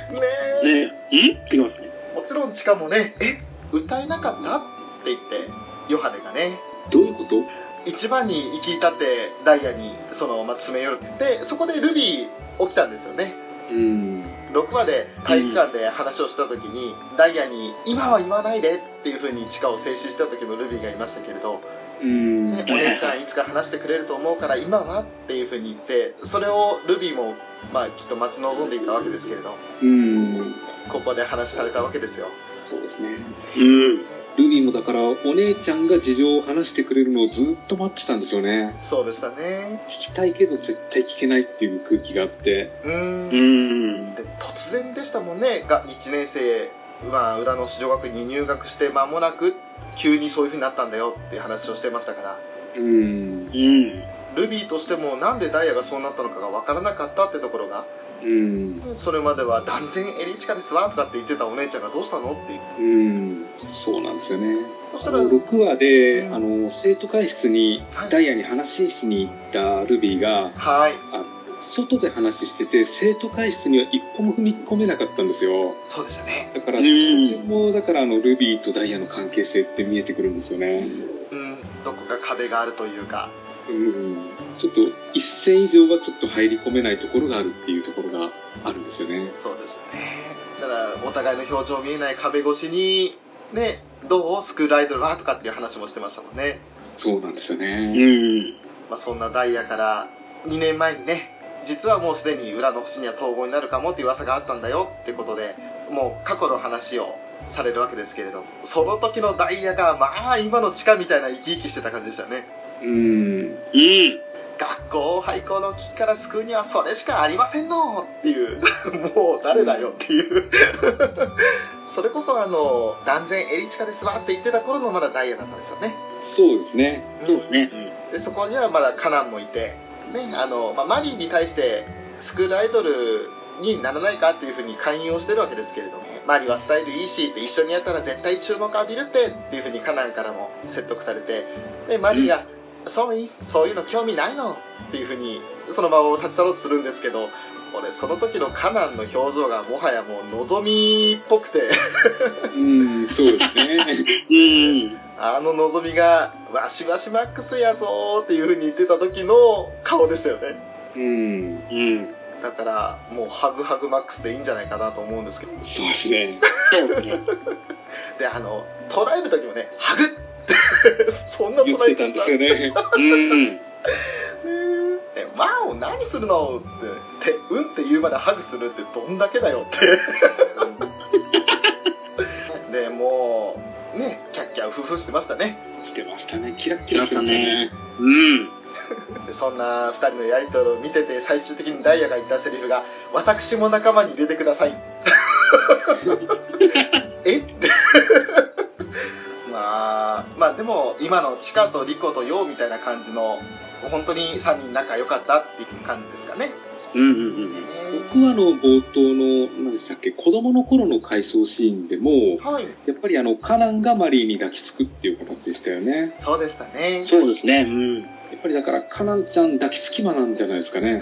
うん
え
違いますね。
もちろんしかもね「え歌えなかった?」って言ってヨハネがね
どういうこと
一番に行き至ってダイヤにその、まあ、詰め寄るでそこでルビー起きたんですよね
うん。
6話で体育館で話をした時に、ダイヤに「今は言わないで」っていう風に地下を制止した時もルビーがいましたけれど、
うん。
ねお姉ちゃんいつか話してくれると思うから今はっていう風に言ってそれをルビーも、まあ、きっと待ち望んでいたわけですけれど
うん。
ここで話されたわけですよ
そうですね。
うん。
ルビーもだから、お姉ちゃんが事情を話してくれるのをずっと待ってたんですよね。
そうでしたね
聞きたいけど絶対聞けないっていう空気があって。
うーん
うん。
で突然でしたもんねが1年生は裏の女学院に入学して間もなく急にそういう風になったんだよっていう話をしてましたから
うん。
うん。
ルビーとしてもなんでダイヤがそうなったのかが分からなかったってところが
うん。
それまでは断然エリチカですわとかって言ってたお姉ちゃんがどうしたのっていう
うん。そうなんですよね。
そし
あ
たら
の6話で、
うん
あの生徒会室に
はい
ダイヤに話しに行ったルビーが
はい
あ外で話してて生徒会室には一歩も踏み込めなかったんですよ
そうでしたね。
だから
うん
それもだからあのルビーとダイヤの関係性って見えてくるんですよね
うん、どこか壁があるというか。
うんちょっと一線以上はちょっと入り込めないところがあるっていうところがあるんですよね
そうですね。だから、お互いの表情見えない壁越しに、ね、どうスクールアイドルはとかっていう話もしてましたもんね。
そうなんですよね、
うん。
まあ、そんなダイヤから、2年前にね、実はもうすでに裏の節には統合になるかもっていう噂があったんだよってことで、もう過去の話をされるわけですけれど、その時のダイヤが、まあ、今の地下みたいな生き生きしてた感じでしたね。
うん
うん。
学校廃校の危機から救うにはそれしかありませんのっていう (laughs) もう誰だよっていう (laughs) それこそあの断然エリチカですわって言ってた頃のまだダイヤだったんですよね
そうですね
そうね。
でそこにはまだカナンもいて、ねあのまあ、マリーに対してスクールアイドルにならないかっていうふうに勧誘をしてるわけですけれどもマリーはスタイルいいしって一緒にやったら絶対注目浴びるってっていうふうにカナンからも説得されてでマリーが「そういそういうの興味ないの」っていうふうにその場を立ち去ろうとするんですけど俺その時のカナンの表情がもはやもう望みっぽくて
うんそうです
(laughs)
ね
うん。
あの望みが「わしわしマックスやぞ」っていうふうに言ってた時の顔でしたよね
うん
うん。
だからもうハグハグマックスでいいんじゃないかなと思うんですけど
そうですね
そうね。
であの捉える時もね「ハグ!」 (laughs) そんな捉
言っ
え方
てたんですよね
うん。
ね「ワオ何するの?」って「ってうん」って言うまでハグするってどんだけだよ
(laughs)
ってでもうねキャッキャウフフしてましたね
してましたねキラッキラしてましたね
うん。
でそんな2人のやり取りを見てて最終的にダイヤが言ったセリフが「私も仲間に入れてください」えって (laughs) まあまあでも今のチカとリコとヨウみたいな感じの本当に3人仲良かったっていう感じですかね
うんうんうん。
僕はあの冒頭の何でしたっけ子供の頃の回想シーンでも
はい
やっぱりあのカナンがマリーに抱きつくっていう形でしたよね
そうでしたね
そうですね。うん。
やっぱりだからカナンちゃん抱きつき魔なんじゃないですかね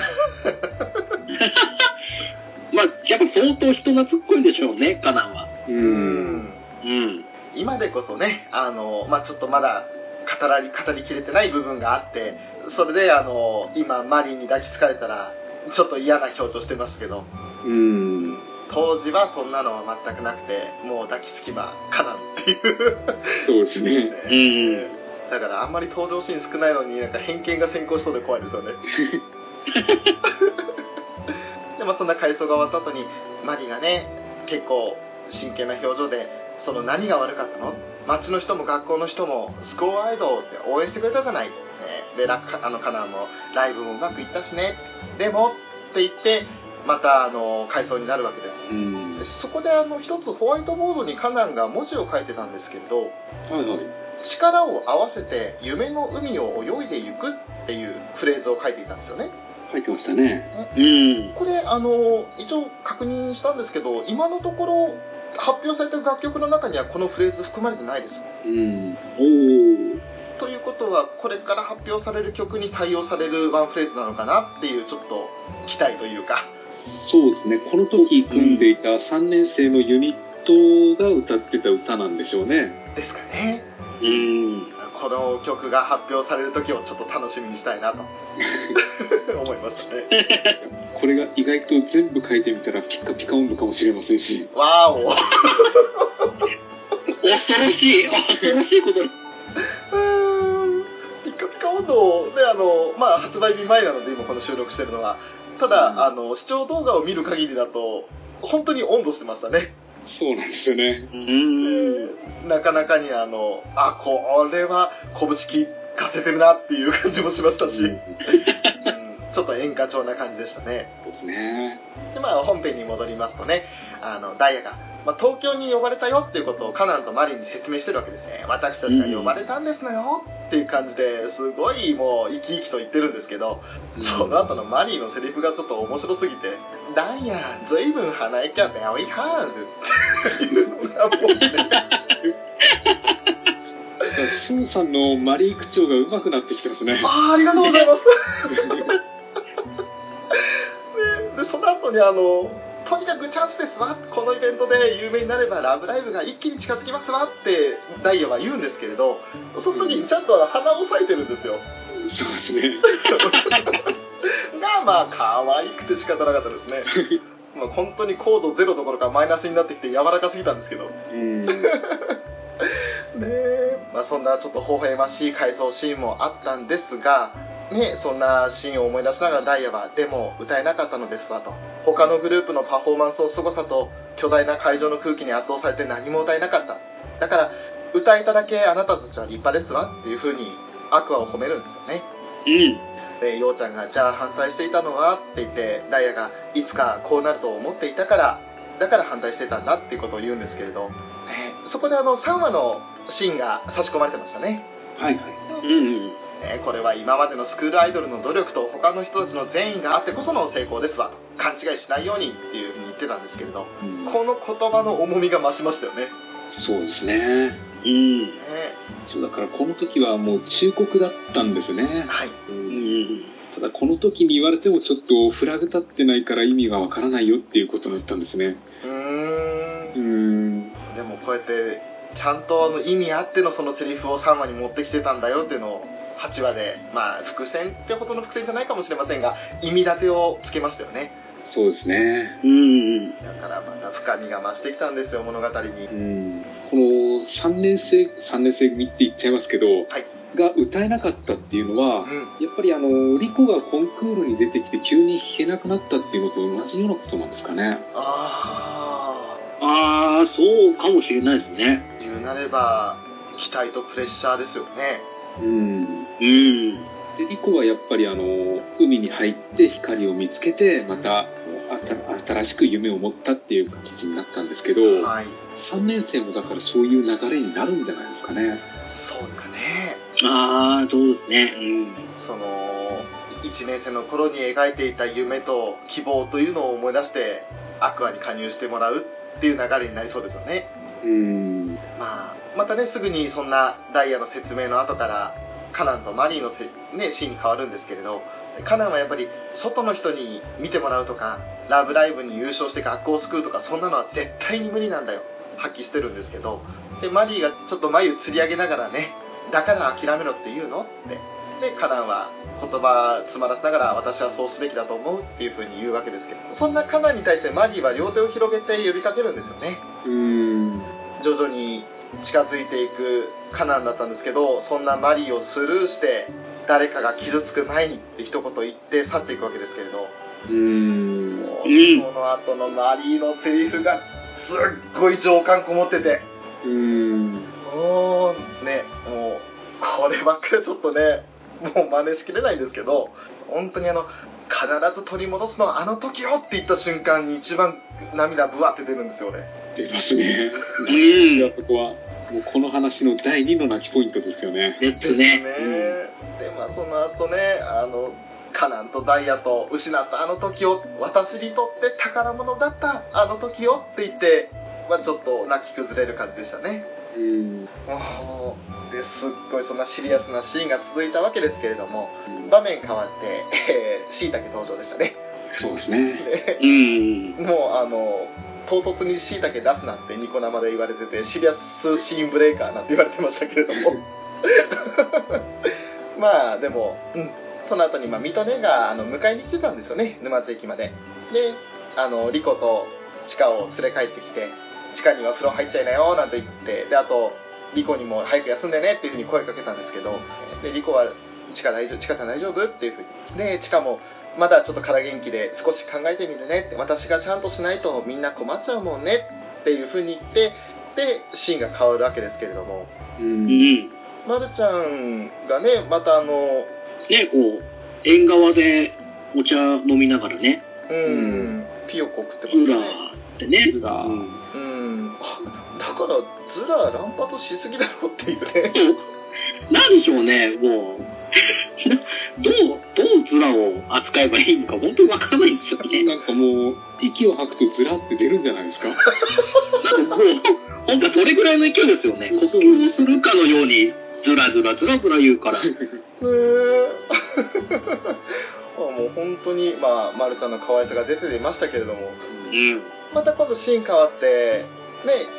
まあ、やっぱ相当人懐っこいでしょうね、カナンは。
う
うん
うん。
今でこそねあの、まあ、ちょっとまだ語らり語りきれてない部分があってそれであの今マリンに抱きつかれたらちょっと嫌な表情してますけど
うん
当時はそんなのは全くなくてもう抱きつきはかなっていう
そうですね
う
ね、
ん。
だからあんまり登場シーン少ないのになんか偏見が先行しそうで怖いですよね (laughs) でもそんな回想が終わった後にマリがね結構真剣な表情でその何が悪かったの町の人も学校の人もスコアアイドルって応援してくれたじゃない、ねでラッカあのカナンもライブもうまくいったしねでもって言ってまたあの回想になるわけです
うんは
でそこであの一つホワイトボードにカナンが文字を書いてたんですけれど
いはい
力を合わせて夢の海を泳いでいくっていうフレーズを書いていたんですよね
書いてましたね
うん。
これあの一応確認したんですけど今のところ発表された楽曲の中にはこのフレーズ含まれてないです
うん
おー。
ということはこれから発表される曲に採用されるワンフレーズなのかなっていうちょっと期待というか
そうですねこの時組んでいた3年生のユニットが歌ってた歌なんでしょうね
ですかね
うん。
この曲が発表される時をちょっと楽しみにしたいなと思いましたね
これが意外と全部書いてみたらピッカピカ音符かもしれませんし
わーお
恐ろしい。恐ろしいこと。
うーんピカピカ温度であの、まあ、発売日前なので今この収録してるのはただ、
うん
あの視聴動画を見る限りだと本当に温度してましたね、
そうなんですよね
うん。
なかなかにあのあこれは拳利かせてるなっていう感じもしましたし、うんちょっと演歌調な感じでしたね
そうですね
でまあ本編に戻りますとねあのダイヤが、まあ、東京に呼ばれたよっていうことをカナンとマリンに説明してるわけですね私たちが呼ばれたんですのよっていう感じですごいもう生き生きと言ってるんですけどその後のマリーのセリフがちょっと面白すぎて「ダイヤずいぶん鼻息はベリーハード」っていうのがもうね
だからショウさんの
(laughs)
マリー区長が上手くなってきてますね
あーありがとうございますでその後にあのとにかくチャンスですわこのイベントで有名になれば「ラブライブ!」が一気に近づきますわってダイヤは言うんですけれどその時にちゃんと鼻を咲いてるんですよ
そうですね。
がまあ可愛くて仕方なかったですねまあ本当に高度ゼロどころかマイナスになってきて柔らかすぎたんですけどね
うん。
えまあそんなちょっと微笑ましい回想シーンもあったんですがねそんなシーンを思い出しながらダイヤはでも歌えなかったのですわと他のグループのパフォーマンスの凄さと巨大な会場の空気に圧倒されて何も歌えなかっただから歌えただけあなたたちは立派ですわっていうふうにアクアを褒めるんですよね
うん。
えー、ようちゃんが「じゃあ反対していたのは?」って言ってダイヤが「いつかこうなると思っていたからだから反対してたんだ」っていうことを言うんですけれど、ねそこであの3話のシーンが差し込まれてましたね、
はいは
う
い。
んうん。
えーこれは今までのスクールアイドルの努力と他の人たちの善意があってこその成功ですわ勘違いしないようにっていうふうに言ってたんですけれど
うん
この言葉の重みが増しましたよね
そうですね。
うん。
ね
そうだからこの時はもう忠告だったんですね。
はい
うん。
ただこの時に言われてもちょっとフラグ立ってないから意味がわからないよっていうことだったんですね。
うーん
うん。
でもこうやってちゃんとあの意味あってのそのセリフを3話に持ってきてたんだよっていうのを8話でまあ伏線ってほどの伏線じゃないかもしれませんが意味立てをつけましたよね
そうですね。
うん。
だからまた深みが増してきたんですよ物語に
うん。この3年生、3年生組って言っちゃいますけど、が歌えなかったっていうのは、
うん
やっぱりあの、リコがコンクールに出てきて急に弾けなくなったっていうのと同じようなことなんですかね。
あ
ああ、そうかもしれないですね。
あ言うなれば期待とプレッシャーですよね
うん。
うん。
でリコはやっぱりあの海に入って光を見つけてまたあた新しく夢を持ったっていう形になったんですけど、
はい
3年生もだからそういう流れになるんじゃないですかね。
そうかね
ああ、そうですね。うん。
その1年生の頃に描いていた夢と希望というのを思い出してアクアに加入してもらうっていう流れになりそうですよね
うん
まあ、またねすぐにそんなダイヤの説明の後からカナンとマリーのせ、ね、シーンに変わるんですけれどカナンはやっぱり外の人に見てもらうとか「ラブライブ!」に優勝して学校を救うとかそんなのは絶対に無理なんだよ発揮してるんですけどでマリーがちょっと眉すり上げながらね「だから諦めろって言うの?」ってでカナンは言葉詰まらせながら「私はそうすべきだと思う」っていうふうに言うわけですけどそんなカナンに対してマリーは両手を広げて呼びかけるんですよね。
うん
徐々に近づいていくカナンだったんですけどそんなマリーをスルーして誰かが傷つく前にって一言言って去っていくわけですけれど
うん
もう
うん
その後のマリーのセリフがすっごい情感こもってて
うん
もうねもうこればっかりちょっとねもう真似しきれないんですけど本当にあの必ず取り戻すのはあの時よって言った瞬間に一番涙ぶわって出るんですよね
出ますね。
うん
いや。ここはもうこの話の第2の泣きポイントですよね。
です
ですね
ね。。
で、まあ、その後ね、あの、カナンとダイヤと失ったあの時を、私にとって宝物だったあの時をって言って、まあ、ちょっと泣き崩れる感じでしたね。
うん
もうですっごいそんなシリアスなシーンが続いたわけですけれども、場面変わって、えー、椎茸登場でしたね。
そうですね。
うん。
もう、あの、唐突に椎茸出すなんてニコ生で言われてて、シリアスシーンブレーカーなんて言われてましたけれども。 (laughs) まあ、でも、うん。その後に、まあ、水戸ねが、あの、迎えに来てたんですよね、沼津駅まで。で、あの、リコとチカを連れ帰ってきて、チカには風呂入っちゃいなよ、なんて言って、で、あと、リコにも早く休んでねっていうふうに声かけたんですけど、で、リコは、チカ大丈夫、チカさん大丈夫っていうふうに。で、チカも、まだちょっとから元気で少し考えてみるねって私がちゃんとしないとみんな困っちゃうもんねっていう風に言ってでシーンが変わるわけですけれども
う
うんん。
まるちゃんがねまたあの
ね、こう、縁側でお茶飲みながらね、
うん、
うん
ピヨコ食ってます
ズラ
ね
ーってね。
ズラー
うん
うんあだからズラ乱発しすぎだろっていうね
なんでしょう (laughs) ね、もう。どう、どうズラを扱えばいいのか、本当にわからないんですよね。
なんかもう息を吐くとずらって出るんじゃないですか。
なんかこう、本当それぐらいの勢いですよね。呼吸をするかのように、ズラズラズラズラ言うから。
へー (laughs) まあもう本当に、まあ、まるちゃんの可愛さが出ていましたけれども、
うん。
また今度シーン変わって、ね、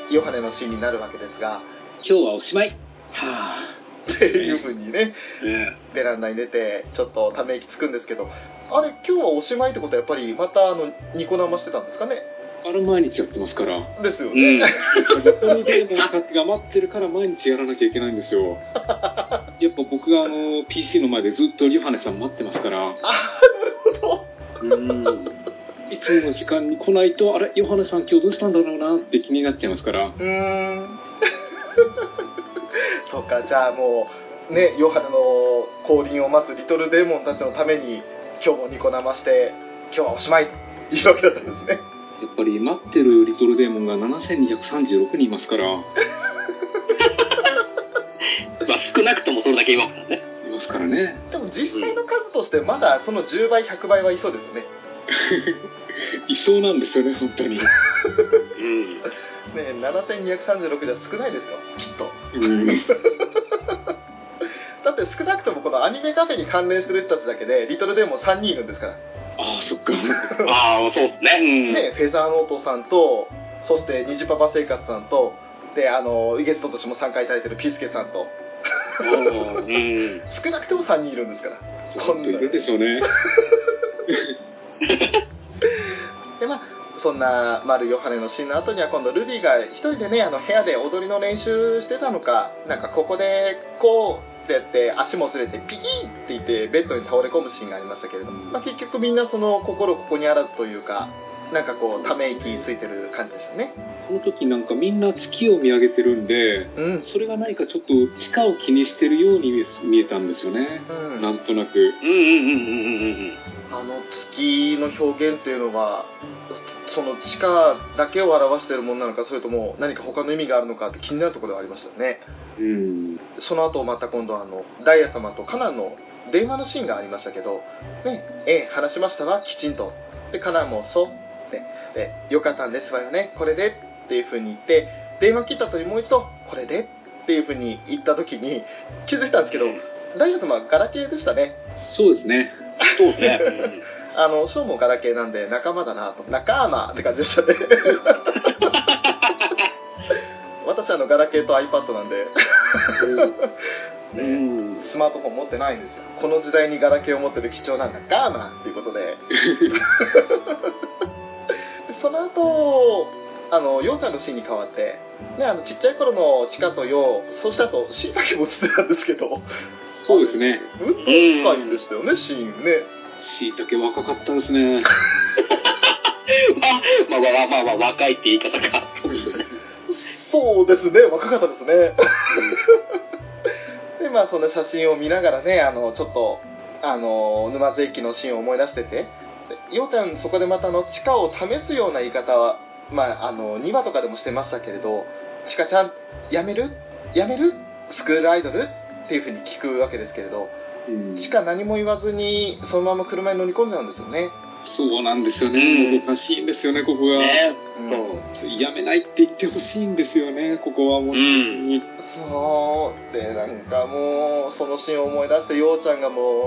ヨハネのシーンになるわけですが、
今日はおしまいはあ
っていうふうにね、
うん
ベランダに出て、ちょっとため息つくんですけど、あれ、今日はおしまいってことは、やっぱりまたあの、ニコ生してたんですかね。
あれ毎日やってますから
ですよ
う
ね。
ん。
リトルデーモンたちが待ってるから毎日やらなきゃいけないんですよやっぱ僕があの PC の前でずっとリハネさん待ってますからうんいつもの時間に来ないとあれヨハネさん今日どうしたんだろうなって気になっちゃいますから
うーん。 (laughs) そうか、じゃあもう、ね、ヨハネの降臨を待つリトルデーモンたちのために、今日もニコ生して、今日はおしまいっていうわけだったんですね。
やっぱり待ってるリトルデーモンが7236人いますからい
まあ少なくともそれだけいますからね。
ますからね
でも実際の数として、まだその10倍、100倍はいそうですね。
いそうなんですよね本当に (laughs)
うん。
ね7236じゃ少ないですよ、きっと。
うん
だって少なくともこのアニメカフェに関連してる人たちだけで、リトルデーモン3人いるんですから。
ああそっか
ああ、そうですね。
ね、フェザーノートさんと、そして、ニジパパ生活さんと、で、あの、ゲストとしても参加いただいてるピスケさんと、
あ
うん。うん。
少なくても3人いるんですから。
あそういるでしょうね
で、まあ、そんな、マル・ヨハネのシーンの後には、今度、ルビーが一人でね、あの、部屋で踊りの練習してたのか、なんか、ここで、こう、ってやって、足もずれて、ピキーって言って、ベッドに倒れ込むシーンがありましたけれども、まあ、結局みんなその、心ここにあらずというか、なんかこう、ため息ついてる感じでしたね。
この時なんかみんな月を見上げてるんで
うん。
それが何かちょっと地下を気にしてるように見え見えたんですよね
うん
なんとなく
うんうんうんうんうんうん。
あの月の表現っていうのがその地下だけを表しているものなのかそれとも何か他の意味があるのかって気になるところではありましたね
うん
その後また今度あのダイヤ様とカナンの電話のシーンがありましたけど「ねええ話しましたわきちんと」でカナンも「そう」ってで「よかったんですわよねこれで」っていうふうに言って電話切った後にもう一度「これで」っていうふうに言った時に気づいたんですけどダイヤ様ガラケーでしたね
そうですね
そうですね。うん
あの、ショーもガラケーなんで仲間だなと。仲間って感じでしたね。私あの、ガラケーと iPad なんで、
(laughs) うん
スマートフォン持ってないんですよ。この時代にガラケーを持ってる貴重な仲間っていうことで。でその後、あの、ヨウちゃんのシーンに変わって、ね、あの、ちっちゃい頃のチカとヨウ、そしてあと、シイタケも映ってたんですけど、
そうですね
運動会でしたよね、シーンね。
しいたけ若かったですね
まあまあまあまあまあ、若いって言い方か。
そうですね、若かったですね。 (laughs) で、まあ、その写真を見ながらね、あの、ちょっと、あの、沼津駅のシーンを思い出してて、でようたん、そこでまた、あの、地下を試すような言い方は、まあ、あの、2話とかでもしてましたけれど、ちかちゃん、やめるやめるスクールアイドルっていうふうに聞くわけですけれど、
うん
ちか何も言わずに、そのまま車に乗り込んじゃうんですよね。
そうなんですよ
うん
ねおかしいんですよねここが
ね。
うん
そ
やめないって言ってほしいんですよねここはもう
う。うん。
そうでなんかもうそのシーンを思い出してようちゃんがもう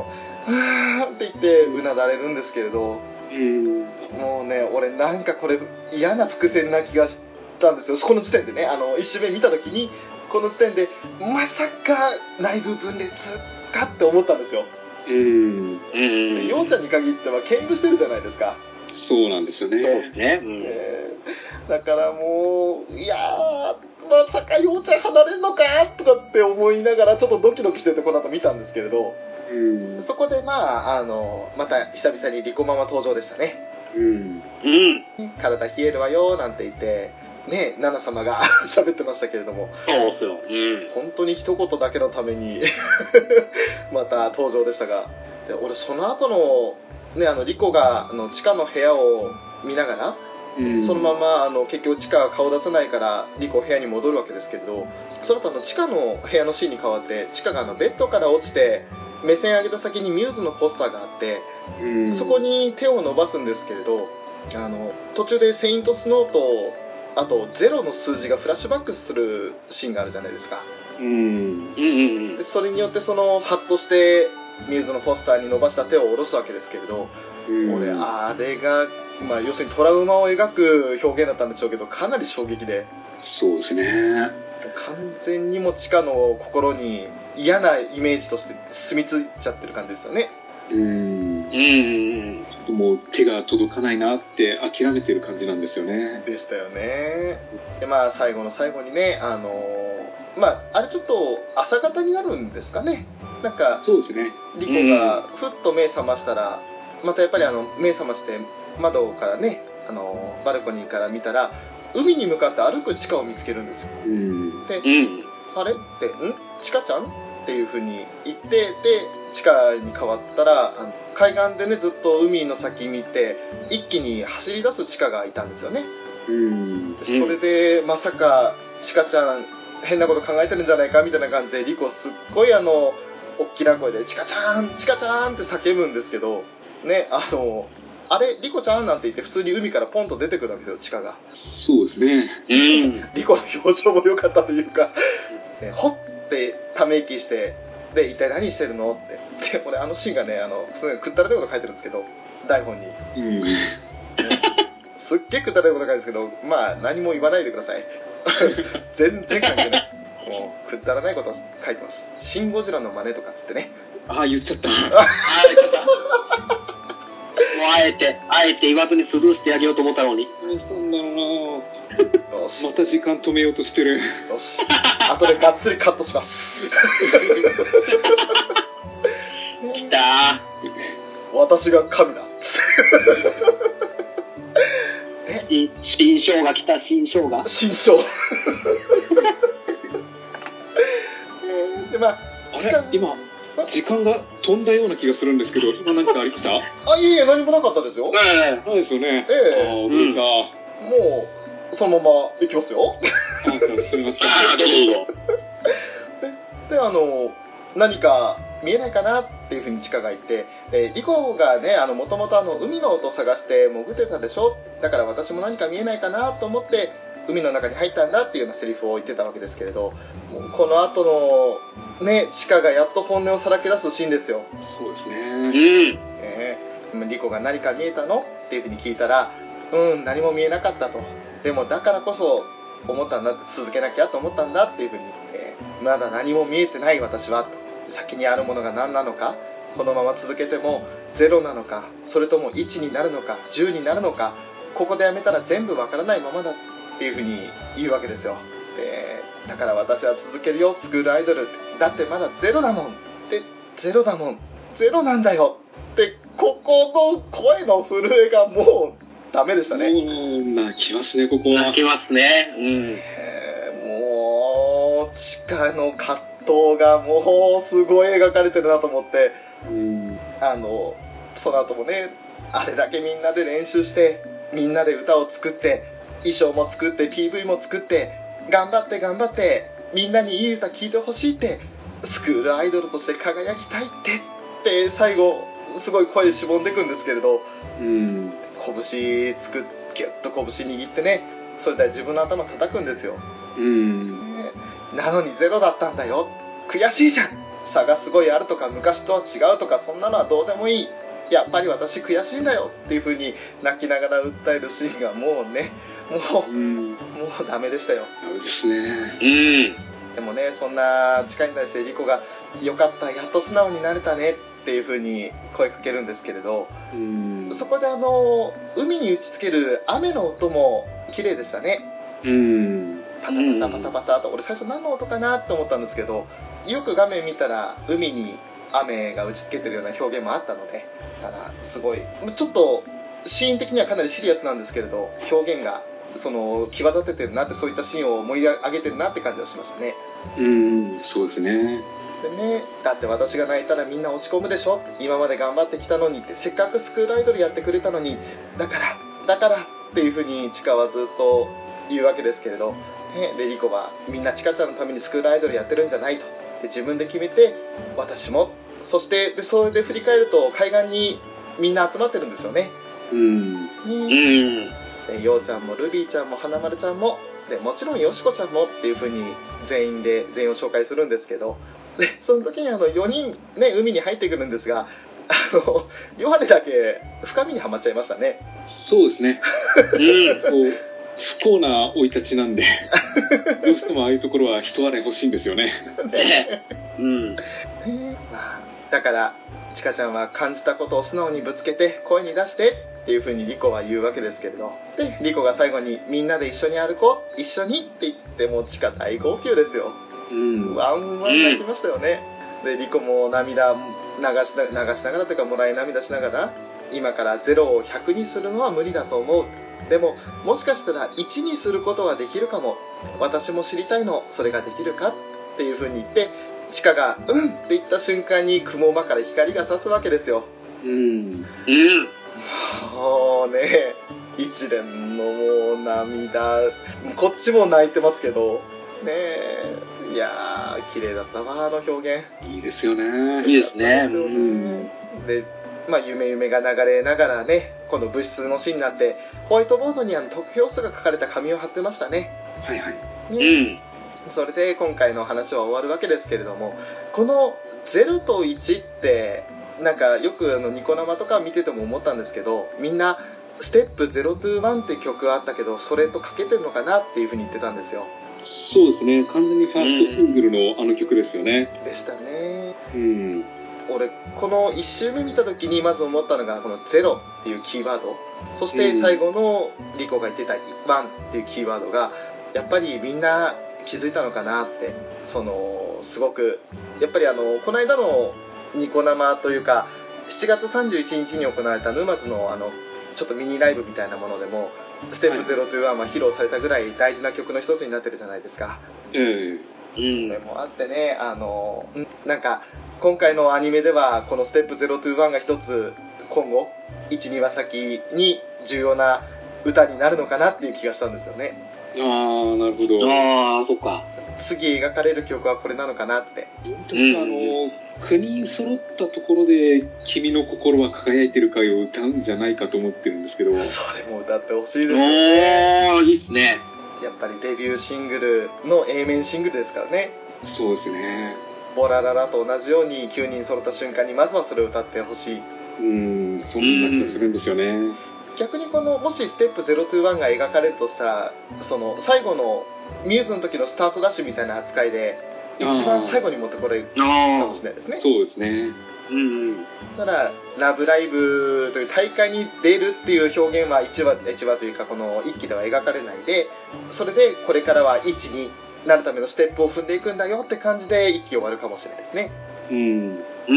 「はーって言ってうなだれるんですけれど
うん
もうね俺なんかこれ嫌な伏線な気がしたんですよこの時点でねあの一周目見た時にこの時点でまさかない部分ですかって思ったんですよ
うん
うん
で
うん。
ようちゃんに限っては見舞してるじゃないですか、
そうなんですよ
そう
ね
ですね。うん。
えーだからもういやーまさかようちゃん離れんのかとかって思いながらちょっとドキドキしててこの後見たんですけれど
うん
そこでまあ、あの、また久々にリコママ登場でしたね。
うん
うん。
体冷えるわよ、なんて言って、ね、ナナ様が (laughs) 喋ってましたけれども、
そうですよ。うん。
本当に一言だけのために、 (laughs) また登場でしたが、で俺その後の、ね、あの、リコが、あの、地下の部屋を見ながら、
うん
そのまま、あの、結局地下が顔出さないから、リコ部屋に戻るわけですけれど、その後あの、地下の部屋のシーンに変わって、地下があの、ベッドから落ちて、目線上げた先にミューズのポスターがあって、
うん
そこに手を伸ばすんですけれど、あの、途中でセイントスノーと、あと、ゼロの数字がフラッシュバックするシーンがあるじゃないですか。
うん
うんうんうん
で。それによって、その、ハッとして、ミューズのポスターに伸ばした手を下ろすわけですけれど、
うん
俺あれが、まあ、要するにトラウマを描く表現だったんでしょうけどかなり衝撃で
そうですね
完全にもチカの心に嫌なイメージとして住み着いちゃってる感じですよね
うん
うん。
もう手が届かないなって諦めてる感じなんですよね
でしたよねでまあ最後の最後にねあのーまああれちょっと朝方になるんですかねなんか
そうですね
リコがふっと目覚ましたら、またやっぱりあの目覚まして窓からねあのーバルコニーから見たら海に向かって歩く地下を見つけるんですよ
うん
うん。
あれって、んチカちゃんっていうふうに言って、で、チカに変わったら、あの海岸でね、ずっと海の先見て、一気に走り出すチカがいたんですよね。
うん
でそれで、まさか、チカちゃん、変なこと考えてるんじゃないかみたいな感じで、リコすっごいあの、おっきな声で、チカちゃんチカちゃんって叫ぶんですけど、ね、あの、あれ、リコちゃんなんて言って、普通に海からポンと出てくるわけですよ、チカが。
そうですね
うん。
リコの表情も良かったというか、えほってため息して、で、一体何してるのって。で、俺あのシーンがね、あの、すごいくったらないこと書いてるんですけど、台本に。
うん
すっげえくったらないこと書いてるんですけど、まあ何も言わないでください。 (laughs) 全然関係ないです。もう、くったらないこと書いてます。シン・ゴジラの真似とかっつってね。
ああ言っ (laughs) ちゃった
あーよかったもうあえて、あえて言わずにスルーしてやげようと思ったのに。
何したんだろう
よし
なま、た時間止めようとしてる
よし。後でがっつりカットします。 (laughs)
きた
私が神だ。
ー。新生姜来た、新生姜。
新章 (laughs) でまあ
あれ今時間が飛んだような気がするんですけど今何かありま (laughs) した
あいえいえ何もなかったですよも
うん。
そうですよね
ええ
ああ驚いた
うそのまま行きますよ
ああすみません
ああ、どうぞどうぞ。
であの何か見えないかなっていうふうにチカが言って、えーリコがね、あの、もともとあの、海の音を探して潜ってたでしょだから私も何か見えないかなと思って、海の中に入ったんだっていうようなセリフを言ってたわけですけれど、もうこの後の、ね、チカがやっと本音をさらけ出すシーンですよ。
そうです
う
ね
ん。
ええリコが何か見えたのっていうふうに聞いたら、うん、何も見えなかったと。でもだからこそ思ったんだって、続けなきゃと思ったんだっていうふうに、ええまだ何も見えてない私は、先にあるものが何なのか、このまま続けても0なのか、それとも1になるのか、10になるのか、ここでやめたら全部わからないままだっていうふうに言うわけですよ。でだから私は続けるよ、スクールアイドル。だってまだ0だもん。で、0だもん。0なんだよ。でここの声の震えがもうダメでしたね、
もう泣きますねここは
泣けますね。うん。
えーもう地下の葛藤がもうすごい描かれてるなと思って
うん
あのその後もねあれだけみんなで練習してみんなで歌を作って衣装も作って PV も作って頑張って頑張ってみんなにいい歌聴いてほしいってスクールアイドルとして輝きたいってって最後すごい声しぼんでいくんですけれど
うん
拳つくギュッと拳握ってねそれで自分の頭叩くんですよ、
うん
ねなのにゼロだったんだよ悔しいじゃん差がすごいあるとか昔とは違うとかそんなのはどうでもいいやっぱり私悔しいんだよっていう風に泣きながら訴えるシーンがもうねも
うん
うもうダメでしたよ
ダメですね
うん。
でもねそんな地下に対してリコが「よかったやっと素直になれたね」っていう風に声かけるんですけれど
うん
そこであの海に打ちつける雨の音も綺麗でしたね
うん
パタパタパタパタと俺最初何の音かなと思ったんですけどよく画面見たら海に雨が打ちつけてるような表現もあったのでだからすごいちょっとシーン的にはかなりシリアスなんですけれど表現がその際立ててるなってそういったシーンを盛り上げてるなって感じがしましたね
うんそうですね
でねだって私が泣いたらみんな落ち込むでしょ今まで頑張ってきたのにってせっかくスクールアイドルやってくれたのにだからだからっていうふうにチカはずっと言うわけですけれど、ね、でリコはみんなチカちゃんのためにスクールアイドルやってるんじゃないとで自分で決めて私もそしてでそれで振り返ると海岸にみんな集まってるんですよね
うん
う
ね
ん。
でようちゃんもルビーちゃんも花丸ちゃんもでもちろんよしこさんもっていうふうに全員で全員を紹介するんですけどでその時にあの4人、ね、海に入ってくるんですがあのヨハネだけ深みにはまっちゃいましたね
そうですね。
うん。
こう不幸な生い立ち (laughs) なんで、どうしてもああいうところは人笑い欲しいんですよね。
ねうん。
まあだからちかちゃんは感じたことを素直にぶつけて声に出してっていうふうにリコは言うわけですけれどでリコが最後に「みんなで一緒に歩こう一緒に」って言ってもうちか大号泣ですよ
うん。
ワンワン泣きましたよね、でリコも涙流しな流しながらというかもらい涙しながら今から0を100にするのは無理だと思うでももしかしたら1にすることはできるかも私も知りたいのそれができるかっていうふうに言ってチカが「うん!」って言った瞬間に雲間から光が差すわけですよ
うん。
うん。
もうね一連のもう涙こっちも泣いてますけどねえいやー綺麗だったわあの表現
いいですよね。
いいですね。
そうで、まあ、夢夢が流れながらね、この物質のシーンになって、ホワイトボードにあの得票数が書かれた紙を貼ってましたね。
はいはい。
う
ね
ん。
それで今回の話は終わるわけですけれども、この0と1って、なんかよくあのニコ生とか見てても思ったんですけど、みんな、ステップ0 to 1って曲があったけど、それとかけてるのかなっていうふうに言ってたんですよ。
そうですね。完全にファーストシングルのあの曲ですよね。
でしたね。
うん。
俺この1周目見た時にまず思ったのがこの「ゼロっていうキーワードそして最後のリコが言ってた「ワン」っていうキーワードがやっぱりみんな気づいたのかなってそのすごくやっぱりあのこの間のニコ生というか7月31日に行われた沼津のあのちょっとミニライブみたいなものでも「ステップゼロというワンは披露されたぐらい大事な曲の一つになってるじゃないですか。
ええ
うん
それ。もあってねあのうんなんか今回のアニメではこの「ステップ0 2 1が一つ今後12話先に重要な歌になるのかなっていう気がしたんですよね
ああ、なるほど。
ああ、そっか。
次描かれる曲はこれなのかなって
確かあの、国揃ったところで「君の心は輝いてるかよ」を歌うんじゃないかと思ってるんですけど
それも歌ってほしいですよね
おー、いいっすね。
やっぱりデビューシングルの A 面シングルですからね
そうですね
「ボラララ」と同じように9人揃った瞬間にまずはそれを歌ってほしい
うんそんな気がするんですよね
逆にこのもしステップ021が描かれるとしたらその最後のミューズの時のスタートダッシュみたいな扱いで一番最後に持ってこれるか
あ
もしれないですね
そうですね
ー、うん。
ただ「ラブライブ!」という大会に出るっていう表現は1話1話というかこの1期では描かれないでそれでこれからは1になるためのステップを踏んでいくんだよって感じで1期終わるかもしれないですね
うん
うんうん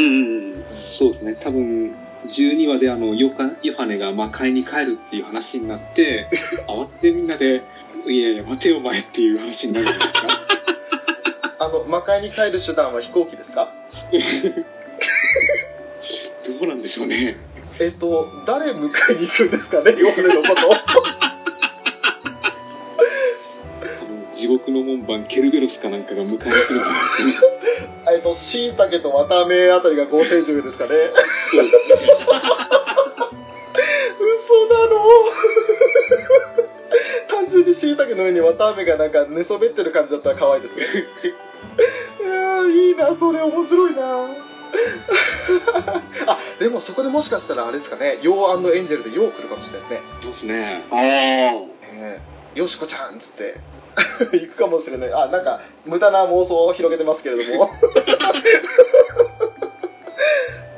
うん。
そうですね多分12話であのヨカヨハネが魔界に帰るっていう話になって
(laughs)
慌ててみんなで「いやいや待てよお前」っていう話になるんですか (laughs)
あの魔界に帰る手段は飛行機ですか
どうなんでしょうね
えっと誰迎えに行くんですかねヨハネのこと
多分地獄の門番ケルベロスかなんかが迎えに
(laughs)
来るんじゃないですかね
えっと、しいたけとわたあめあたりが合成獣ですかね。
そうですね
嘘だろ単純にしいたけの上にわたあめがなんか寝そべってる感じだったら可愛いですね。いやーいいな、それ面白いな。 (laughs) あ、でもそこでもしかしたらあれですかね、ヨーエンジェルでヨー来るかもしれないですね。
そうですね
あー。
ねえよしこちゃんっつって。 (laughs) 行くかもしれない。あ、なんか、無駄な妄想を広げてますけれども。 (laughs)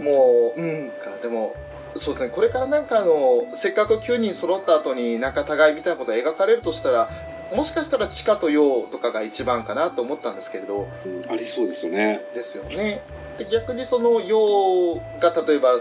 もう、うんか、でも、そうですね、これからなんかあの、せっかく9人揃った後に、なんか互いみたいなことが描かれるとしたら、もしかしたら地下と陽とかが一番かなと思ったんですけれど、
うんありそうですよね
ですよね。で逆にその陽が例えば、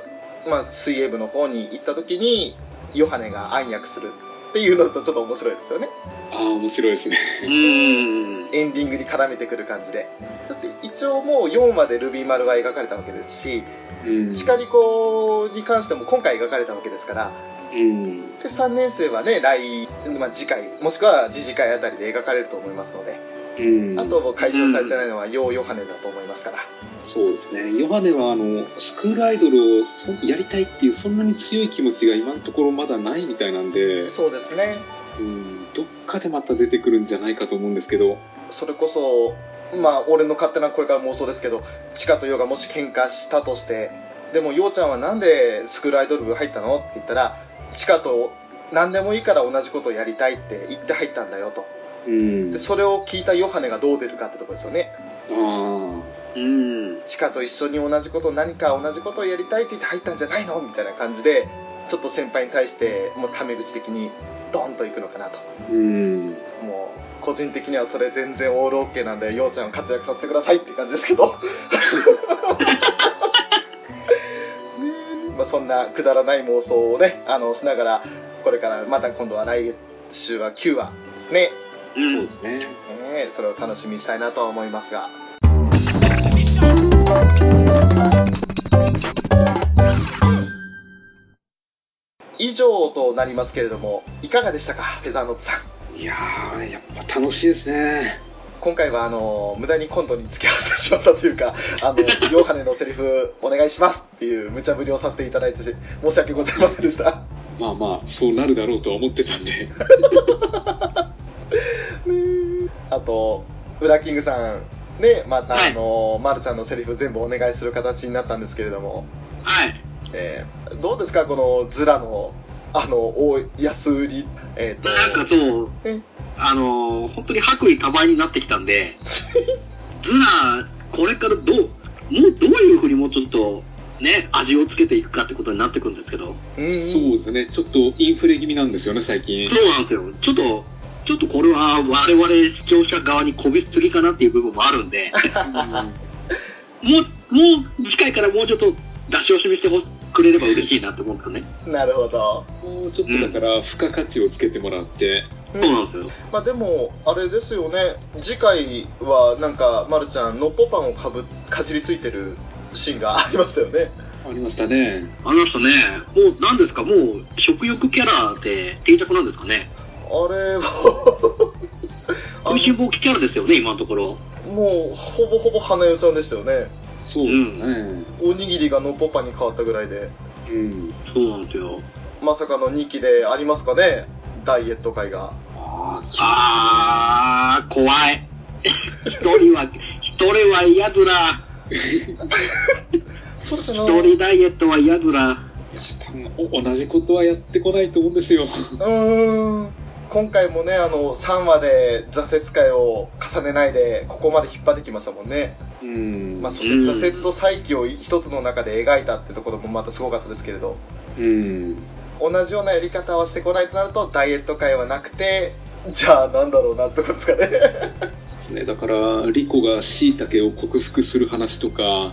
まあ、水泳部の方に行った時に、ヨハネが暗躍するっていうのだとちょっと面白いですよね。
ああ面白いですね
うんうんうん。
エンディングに絡めてくる感じでだって一応もう4までルビー丸は描かれたわけですし
うん
シカリコに関しても今回描かれたわけですから
うん
で3年生はね来、まあ、次回もしくは次次回あたりで描かれると思いますので
うん
あともう解消されてないのはヨーヨハネだと思いますから
そうですねヨハネはあのスクールアイドルをそやりたいっていうそんなに強い気持ちが今のところまだないみたいなんで、
そうですね
うん、どっかでまた出てくるんじゃないかと思うんですけど
それこそまあ俺の勝手なこれから妄想ですけどチカとヨウがもし喧嘩したとしてでもヨウちゃんはなんでスクールアイドル部入ったのって言ったらチカと何でもいいから同じことをやりたいって言って入ったんだよと
うん
でそれを聞いたヨハネがどう出るかってとこですよね
ああうん
チカと一緒に同じこと何か同じことをやりたいって言って入ったんじゃないのみたいな感じでちょっと先輩に対してもうタメ口的にドンといくのかなと
うん
もう個人的にはそれ全然オールオッケーなんでようちゃんを活躍させてくださいっていう感じですけど (laughs) ねえまあそんなくだらない妄想をねあのしながらこれからまた今度は来週は9話ですね
う
そうんで。すね
ねえそれを楽しみにしたいなとは思いますが以上となりますけれどもいかがでしたかフェザーノートさん
いやーやっぱ楽しいですね
今回はあの無駄にコントに付き合わせてしまったというかあのヨハネのセリフお願いしますっていう無茶ぶりをさせていただいて申し訳ございませんでした
まあまあそうなるだろうとは思ってたんで
あとブラッキングさんねまたあの、まるちゃんのセリフ全部お願いする形になったんですけれども、
はい。
えーどうですかこのズラのあの大安売りえっ、と
なんかそう
え、
あのー、本当に白衣多売になってきたんで、ズラ、これからどう、もうどういうふうにもうちょっと、ね、味をつけていくかってことになってくるんですけど、
(laughs) うん
そうですねちょっとインフレ気味なんですよね最
(laughs)
近
そうなんですよ。ちょっと、ちょっとこれは我々視聴者側にこびすぎかなっていう部分もあるん (laughs) で、もう、もう次回からもうちょっと出し惜しみしてほくれれば嬉しいなと思うんですよね。
なるほど
もうちょっとだから付加価値をつけてもらって、
そうなんですよ。
まあでもあれですよね次回はなんかまるちゃんのっぽパンをかぶかじりついてるシーンがありましたよね
ありましたね
あの人ね、もう何ですか、もう食欲キャラで定着なんですかね。
あれはあ
食いしん坊キャラですよね、今のところ。
のもうほぼほぼ花代ちゃんでしたよね
そうですね
おにぎりがのっぽパンに変わったぐらいで
うん
そうなんですよ。
まさかの2期でありますかねダイエット会が
あ
あー、怖い。一人は、一人は嫌ずら。
そうです
一人ダイエットは嫌ずら。
あ同じことはやってこないと思うんですよ
うーん今回もねあの3話で挫折会を重ねないでここまで引っ張ってきましたもんね
うん
まあ、そして
うん
挫折と再起を一つの中で描いたってところもまたすごかったですけれど
うん
同じようなやり方をしてこないとなるとダイエット会はなくてじゃあなんだろうなってことですかね
ですねだからリコがしいたけを克服する話とか
う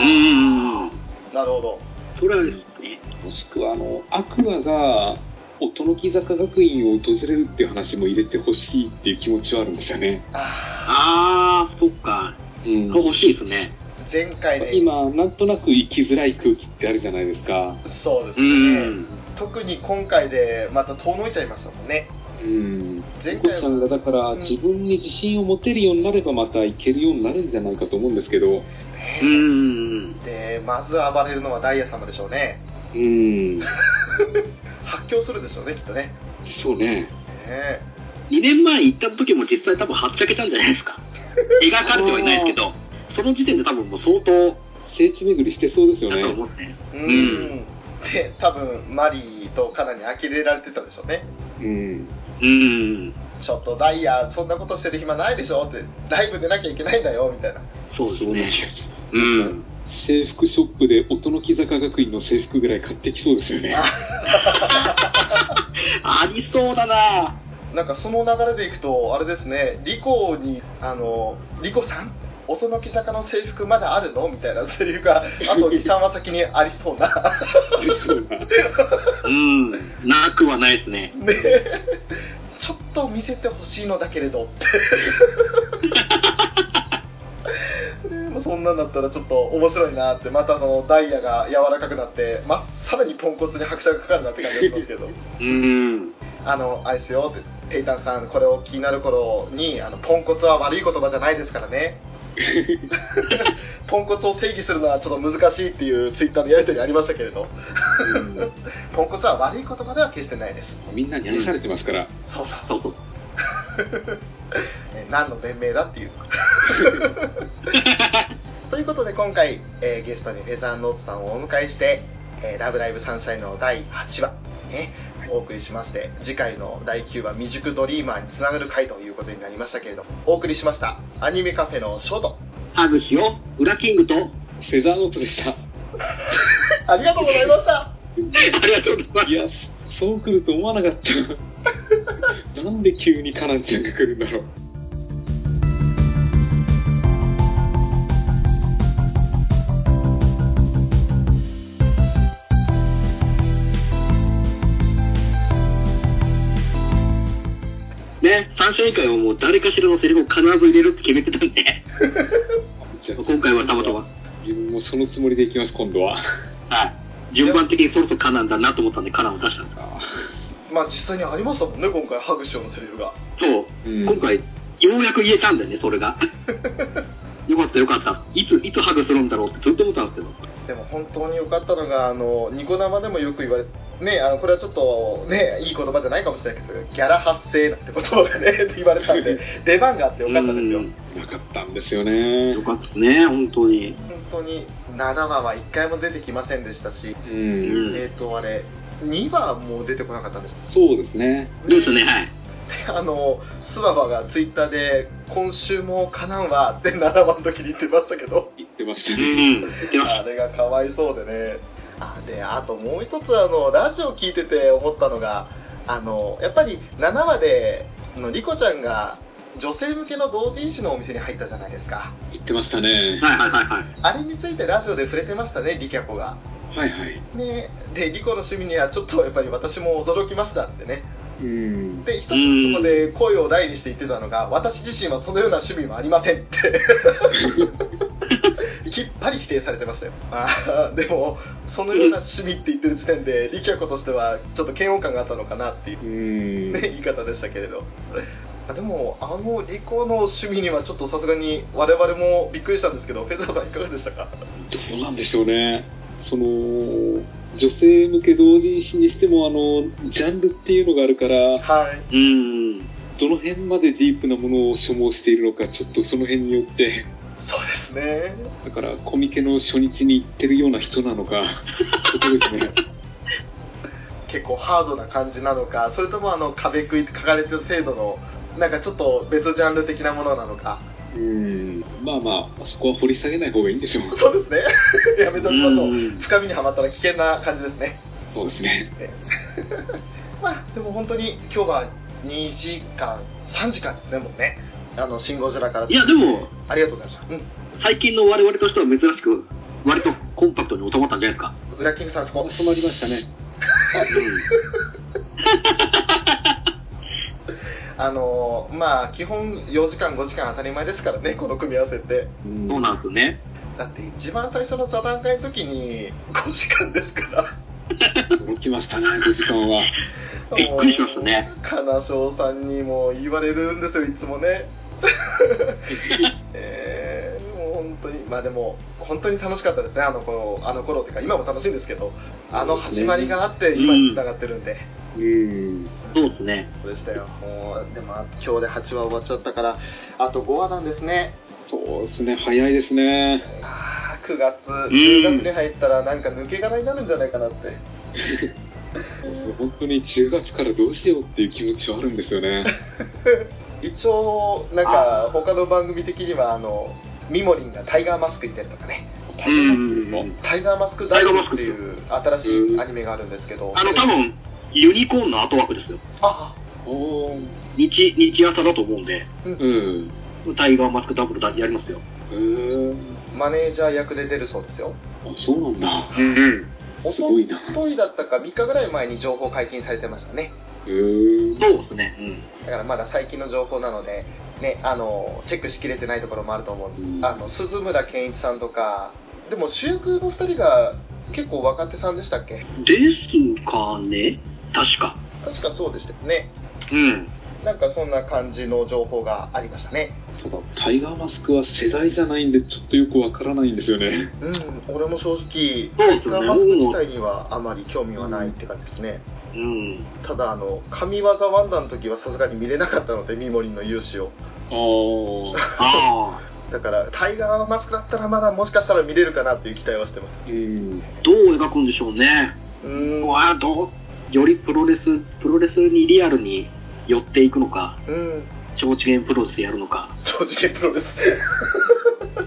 ーん。
なるほど
それはですね。
もしくはあのアクアが音の木坂学院を訪れるっていう話も入れてほしいっていう気持ちはあるんですよね、
あ
あー、そっか。
うん
欲しいですね。
ー前回で、
今なんとなく生きづらい空気ってあるじゃないですか
そうです
う
ね
ん。
特に今回でまた遠のいちゃいましたもんね
うん
前
こ
回
ちゃんがだから
うん
自分に自信を持てるようになればまたいけるようになるんじゃないかと思うんですけど
ね
うん。
でまず暴れるのはダイヤ様でしょうね
うん
発狂するでしょうねきっとねね
そうね
え
2年前行った時も実際多分はっちゃけたんじゃないですか。描かれてはいないですけど、その時点で多分もう相当
聖地巡りしてそうですよ
だと
ね
思って。
うん、
うん
で多分マリーとカナに呆れられてたでしょうね
うん
うん。
ちょっとダイヤそんなことしてる暇ないでしょってライブ出なきゃいけないんだよみたいな
そうです
そうなん
ね
で。す
うん。
制服ショップで音の木坂学院の制服ぐらい買ってきそうですよね
ありそうだな
なんかその流れでいくとあれですねリコにあのリコさん音の木坂の制服まだあるのみたいなセリフがあと23話先にありそうな
ありそうな
うん。なくはないですね。
ねちょっと見せてほしいのだけれどってねまあそんなんだったらちょっと面白いなってまたあのダイヤが柔らかくなって、まあ、さらにポンコツに拍車がかかるなって感じがしますけど
うん。
あの、あれですよ、ペイタンさん、これを気になる頃に、あの、ポンコツは悪い言葉じゃないですからね。ポンコツを定義するのはちょっと難しいっていうツイッターのやりとりありましたけれど、
うん
ポンコツは悪い言葉では決してないです。
みんなに愛されてますから
そうそう
そうそう。
(laughs) えー何の弁明だっていう (laughs) ということで今回、えーゲストにフェザーノートさんをお迎えして「えーラブライブサンシャイン」の第8話、ね、お送りしまして次回の第9話「未熟ドリーマー」につながる回ということになりましたけれどもお送りしましたアニメカフェのショート
ハグシよ、裏キングと、あ
フェザーノートでした
ありがとうございました
りがとうございます
い。やそそう来ると思わなかったなんで急にカナンちゃんが来るんだろう
ね、三者以外はもう誰かしらのセリフを必ず入れるって決めてたんで、
じゃあ
今回はたまたま、
自分もそのつもりでいきます今度は
はい、順番的にそろそろカナンだなと思ったんで、カナンを出したんです
(laughs)
が、
まあ実際にありましたもんね今回ハグ師匠のセリフが
そう、
うん
今回、ようやく言えたんだよね、それ
(laughs)
が。よかった、よかった。いつ、いつハグするんだろうってずっと思ったんですけ
でも本当に良かったのがあのニコ生でもよく言われねあのこれはちょっとねいい言葉じゃないかもしれないですけどギャラ発生なんて言葉がね (laughs) って言われたん
(laughs)
で出番があって
ど。
良かったですよ
う
本
ん
なかったんですよね
よかったですね、本当に。
当に7話は1回も出てきませんでしたし、
う
う
んん。
えっ、とあれ2話も出てこなかったんです (laughs)
そうですね
どうですね、はい。
あのスワバがツイッターで「今週もかなんわ」って7話の時に言ってましたけど
言ってました
う
ね
ん。で
あ
は、
れがかわいそうでね。あで、あともう一つ、あの、ラジオ聞いてて思ったのが、あの、やっぱり7話で、あのリコちゃんが女性向けの同人誌のお店に入ったじゃないですか。
言ってましたね
はいはいはいはい。
あれについてラジオで触れてましたね、リキャコが。
はいはい
ね、で、リコの趣味にはちょっとやっぱり私も驚きましたってね。
うん
で、一つそこで声を大にして言ってたのが、私自身はそのような趣味はありませんって。きっぱり否定されてましたよ。まあ、でも、そのような趣味って言ってる時点で、リキャコとしては、ちょっと嫌悪感があったのかなっていう、
う
ね、
ん
言い方でしたけれど。まあでも、あのリコの趣味にはちょっとさすがに、我々もびっくりしたんですけど、フェザーさんいかがでしたか
どうなんでしょうねその女性向け同人誌にしてもあのジャンルっていうのがあるから
はい。
うん。
どの辺までディープなものを所望しているのかちょっとその辺によって
そうですね。
だからコミケの初日に行ってるような人なのかそこですね
結構ハードな感じなのかそれともあの壁食いって書かれてる程度のなんかちょっと別ジャンル的なものなのか
うんまあまあそこは掘り下げない方がいいんでしょう
そうですね (laughs) やめと
う。
きましょうん深みにはまったら危険な感じですね
そうですね
まあでも本当に今日は2時間3時間ですねもうねあの信号空から
いやでも
ありがとうございましたうん
最近の我々としては珍しく、割とコンパクトに収まったんじゃないですか。
裏キングさんそこ
収まりましたね
あのーまあ基本4時間5時間当たり前ですからねこの組み合わせって
うん
そうなんですよね。
だって一番最初の座談会の時に5時間ですから
驚きましたね5時間は
びっくりしましたね。
金賞さんにも言われるんですよ、いつもね。えーもう本当に、まあでも、本当に楽しかったですね、あの頃、あの頃っていうか、今も楽しいんですけど、あの始まりがあって、今に繋がってるんで。
うん
そうですね。
そうでしたよ。もう、でも、今日で8話終わっちゃったから、あと5話なんですね。
そうですね早いですね
あー9月、10月に入ったら、なんか抜け殻になるんじゃないかなって。
本当に10月からどうしようっていう気持ちはあるんですよね
一応、なんか、他の番組的には、あの、ミモリンがタイガーマスクに出るとかね。
うん。
タイガーマスクダイブっていう新しいアニメがあるんですけど、
あの、多分、ユニコーンの後枠ですよ。
あ
おー
日、日朝だと思うんで、
うん
タイガーマスクダブルだやりますよ。
へー
マネージャー役で出るそうですよ。
あそうなんだ
うん。
お
す
と
ごいな
といだったか3日ぐらい前に情報解禁されてましたね。
へー
そうですね。
だからまだ最近の情報なので、ね、あの、チェックしきれてないところもあると思うんです。あの、鈴村健一さんとか、でも主役の2人が結構若手さんでしたっけ
うん。ですかね確か。
確かそうでしたよね。
うん。
なんかそんな感じの情報がありましたね。
ただタイガーマスクは世代じゃないんでちょっとよくわからないんですよね
うん、俺も正直、
そうで
タイ
す
ガーマ
よね。
スク自
もう、
体にはあまり興味はないって感じですね。
うん。
ただあの神業ワンダの時はさすがに見れなかったのでミモリンの勇姿を
(laughs)
あ
あ
あ
あ、
だからタイガーマスクだったらまだもしかしたら見れるかなっていう期待はしてます
うん
どう描くんでしょうね。
うーん
うわあ、どう、よりプロレス、プロレスにリアルに寄っていくのか、
うん
超次元プロレスでやるのか。
超次元プロレス
ま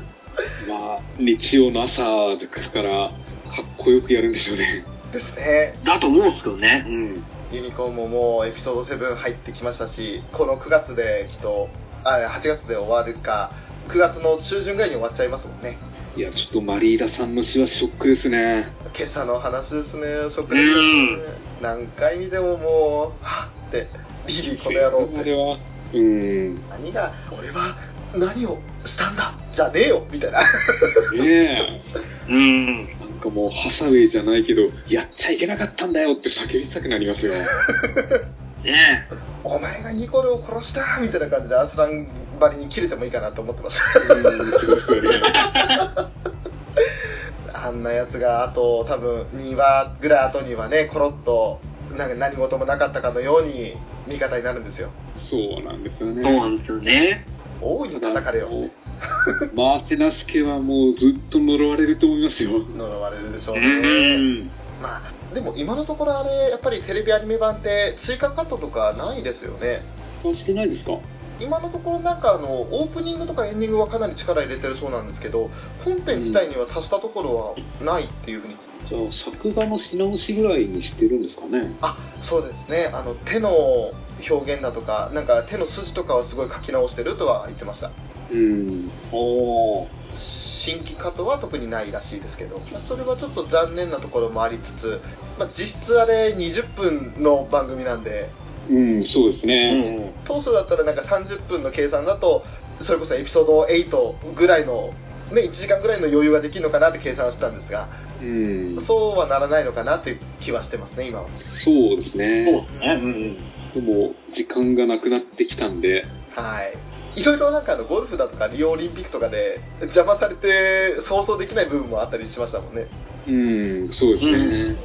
あ日曜の朝からかっこよくやるんでしょうね
(laughs) ですね
だと思うんですけどね。うん。
ユニコーンももうエピソード7入ってきましたしこの9月できっとあ8月で終わるか9月の中旬ぐらいに終わっちゃいますもんね
いやちょっとマリーダさんの死はショックですね
今朝の話ですねショック
う
ですね
ん。
何回見てももうはっ (laughs) ってリリーこの野郎
あれはうんね
何が俺は何をしたんだじゃねえよみたいな
え
うん。
なんかもうハサウェイじゃないけどやっちゃいけなかったんだよって叫びたくなりますよ
ね
お前がニコルを殺したみたいな感じでアスランばりに切れてもいいかなと思ってます
うんすごいですよね
あんなやつがあと多分2話ぐらい後にはねコロッとなんか何事もなかったかのように味方になるんですよ
そうなんですよ
え。
ね
そうなんですよね。
大いに叩かれよ
マーセナスケはもうずっと呪われると思いますよ。
呪われるでしょう
う
ね
ん。
まあでも今のところあれやっぱりテレビアニメ版って追加カットとかないですよね
あしてないですか
今のところなんかあのオープニングとかエンディングはかなり力入れてるそうなんですけど本編自体には足したところはないっていうふうに
じゃあ作画のし直しぐらいにしてるんですかね
あそうですねあの手の表現だとかなんか手の筋とかはすごい書き直してるとは言ってました
うん。おー。
新規カットは特にないらしいですけど、まあ、それはちょっと残念なところもありつつ、まあ、実質あれ20分の番組なんで
うん、そうです
う
ね。
ん。
当初だったらなんか30分の計算だとそれこそエピソード8ぐらいの、ね、1時間ぐらいの余裕ができるのかなって計算したんですが
うん。
そうはならないのかなっていう気はしてますね、今は。
そうです
そう
ね。
ですね。うん。
でも、時間がなくなってきたんで、
はい。いろいろなんかあのゴルフだとかリオオリンピックとかで邪魔されて想像できない部分もあったりしましたもんね。
うん、そうですね。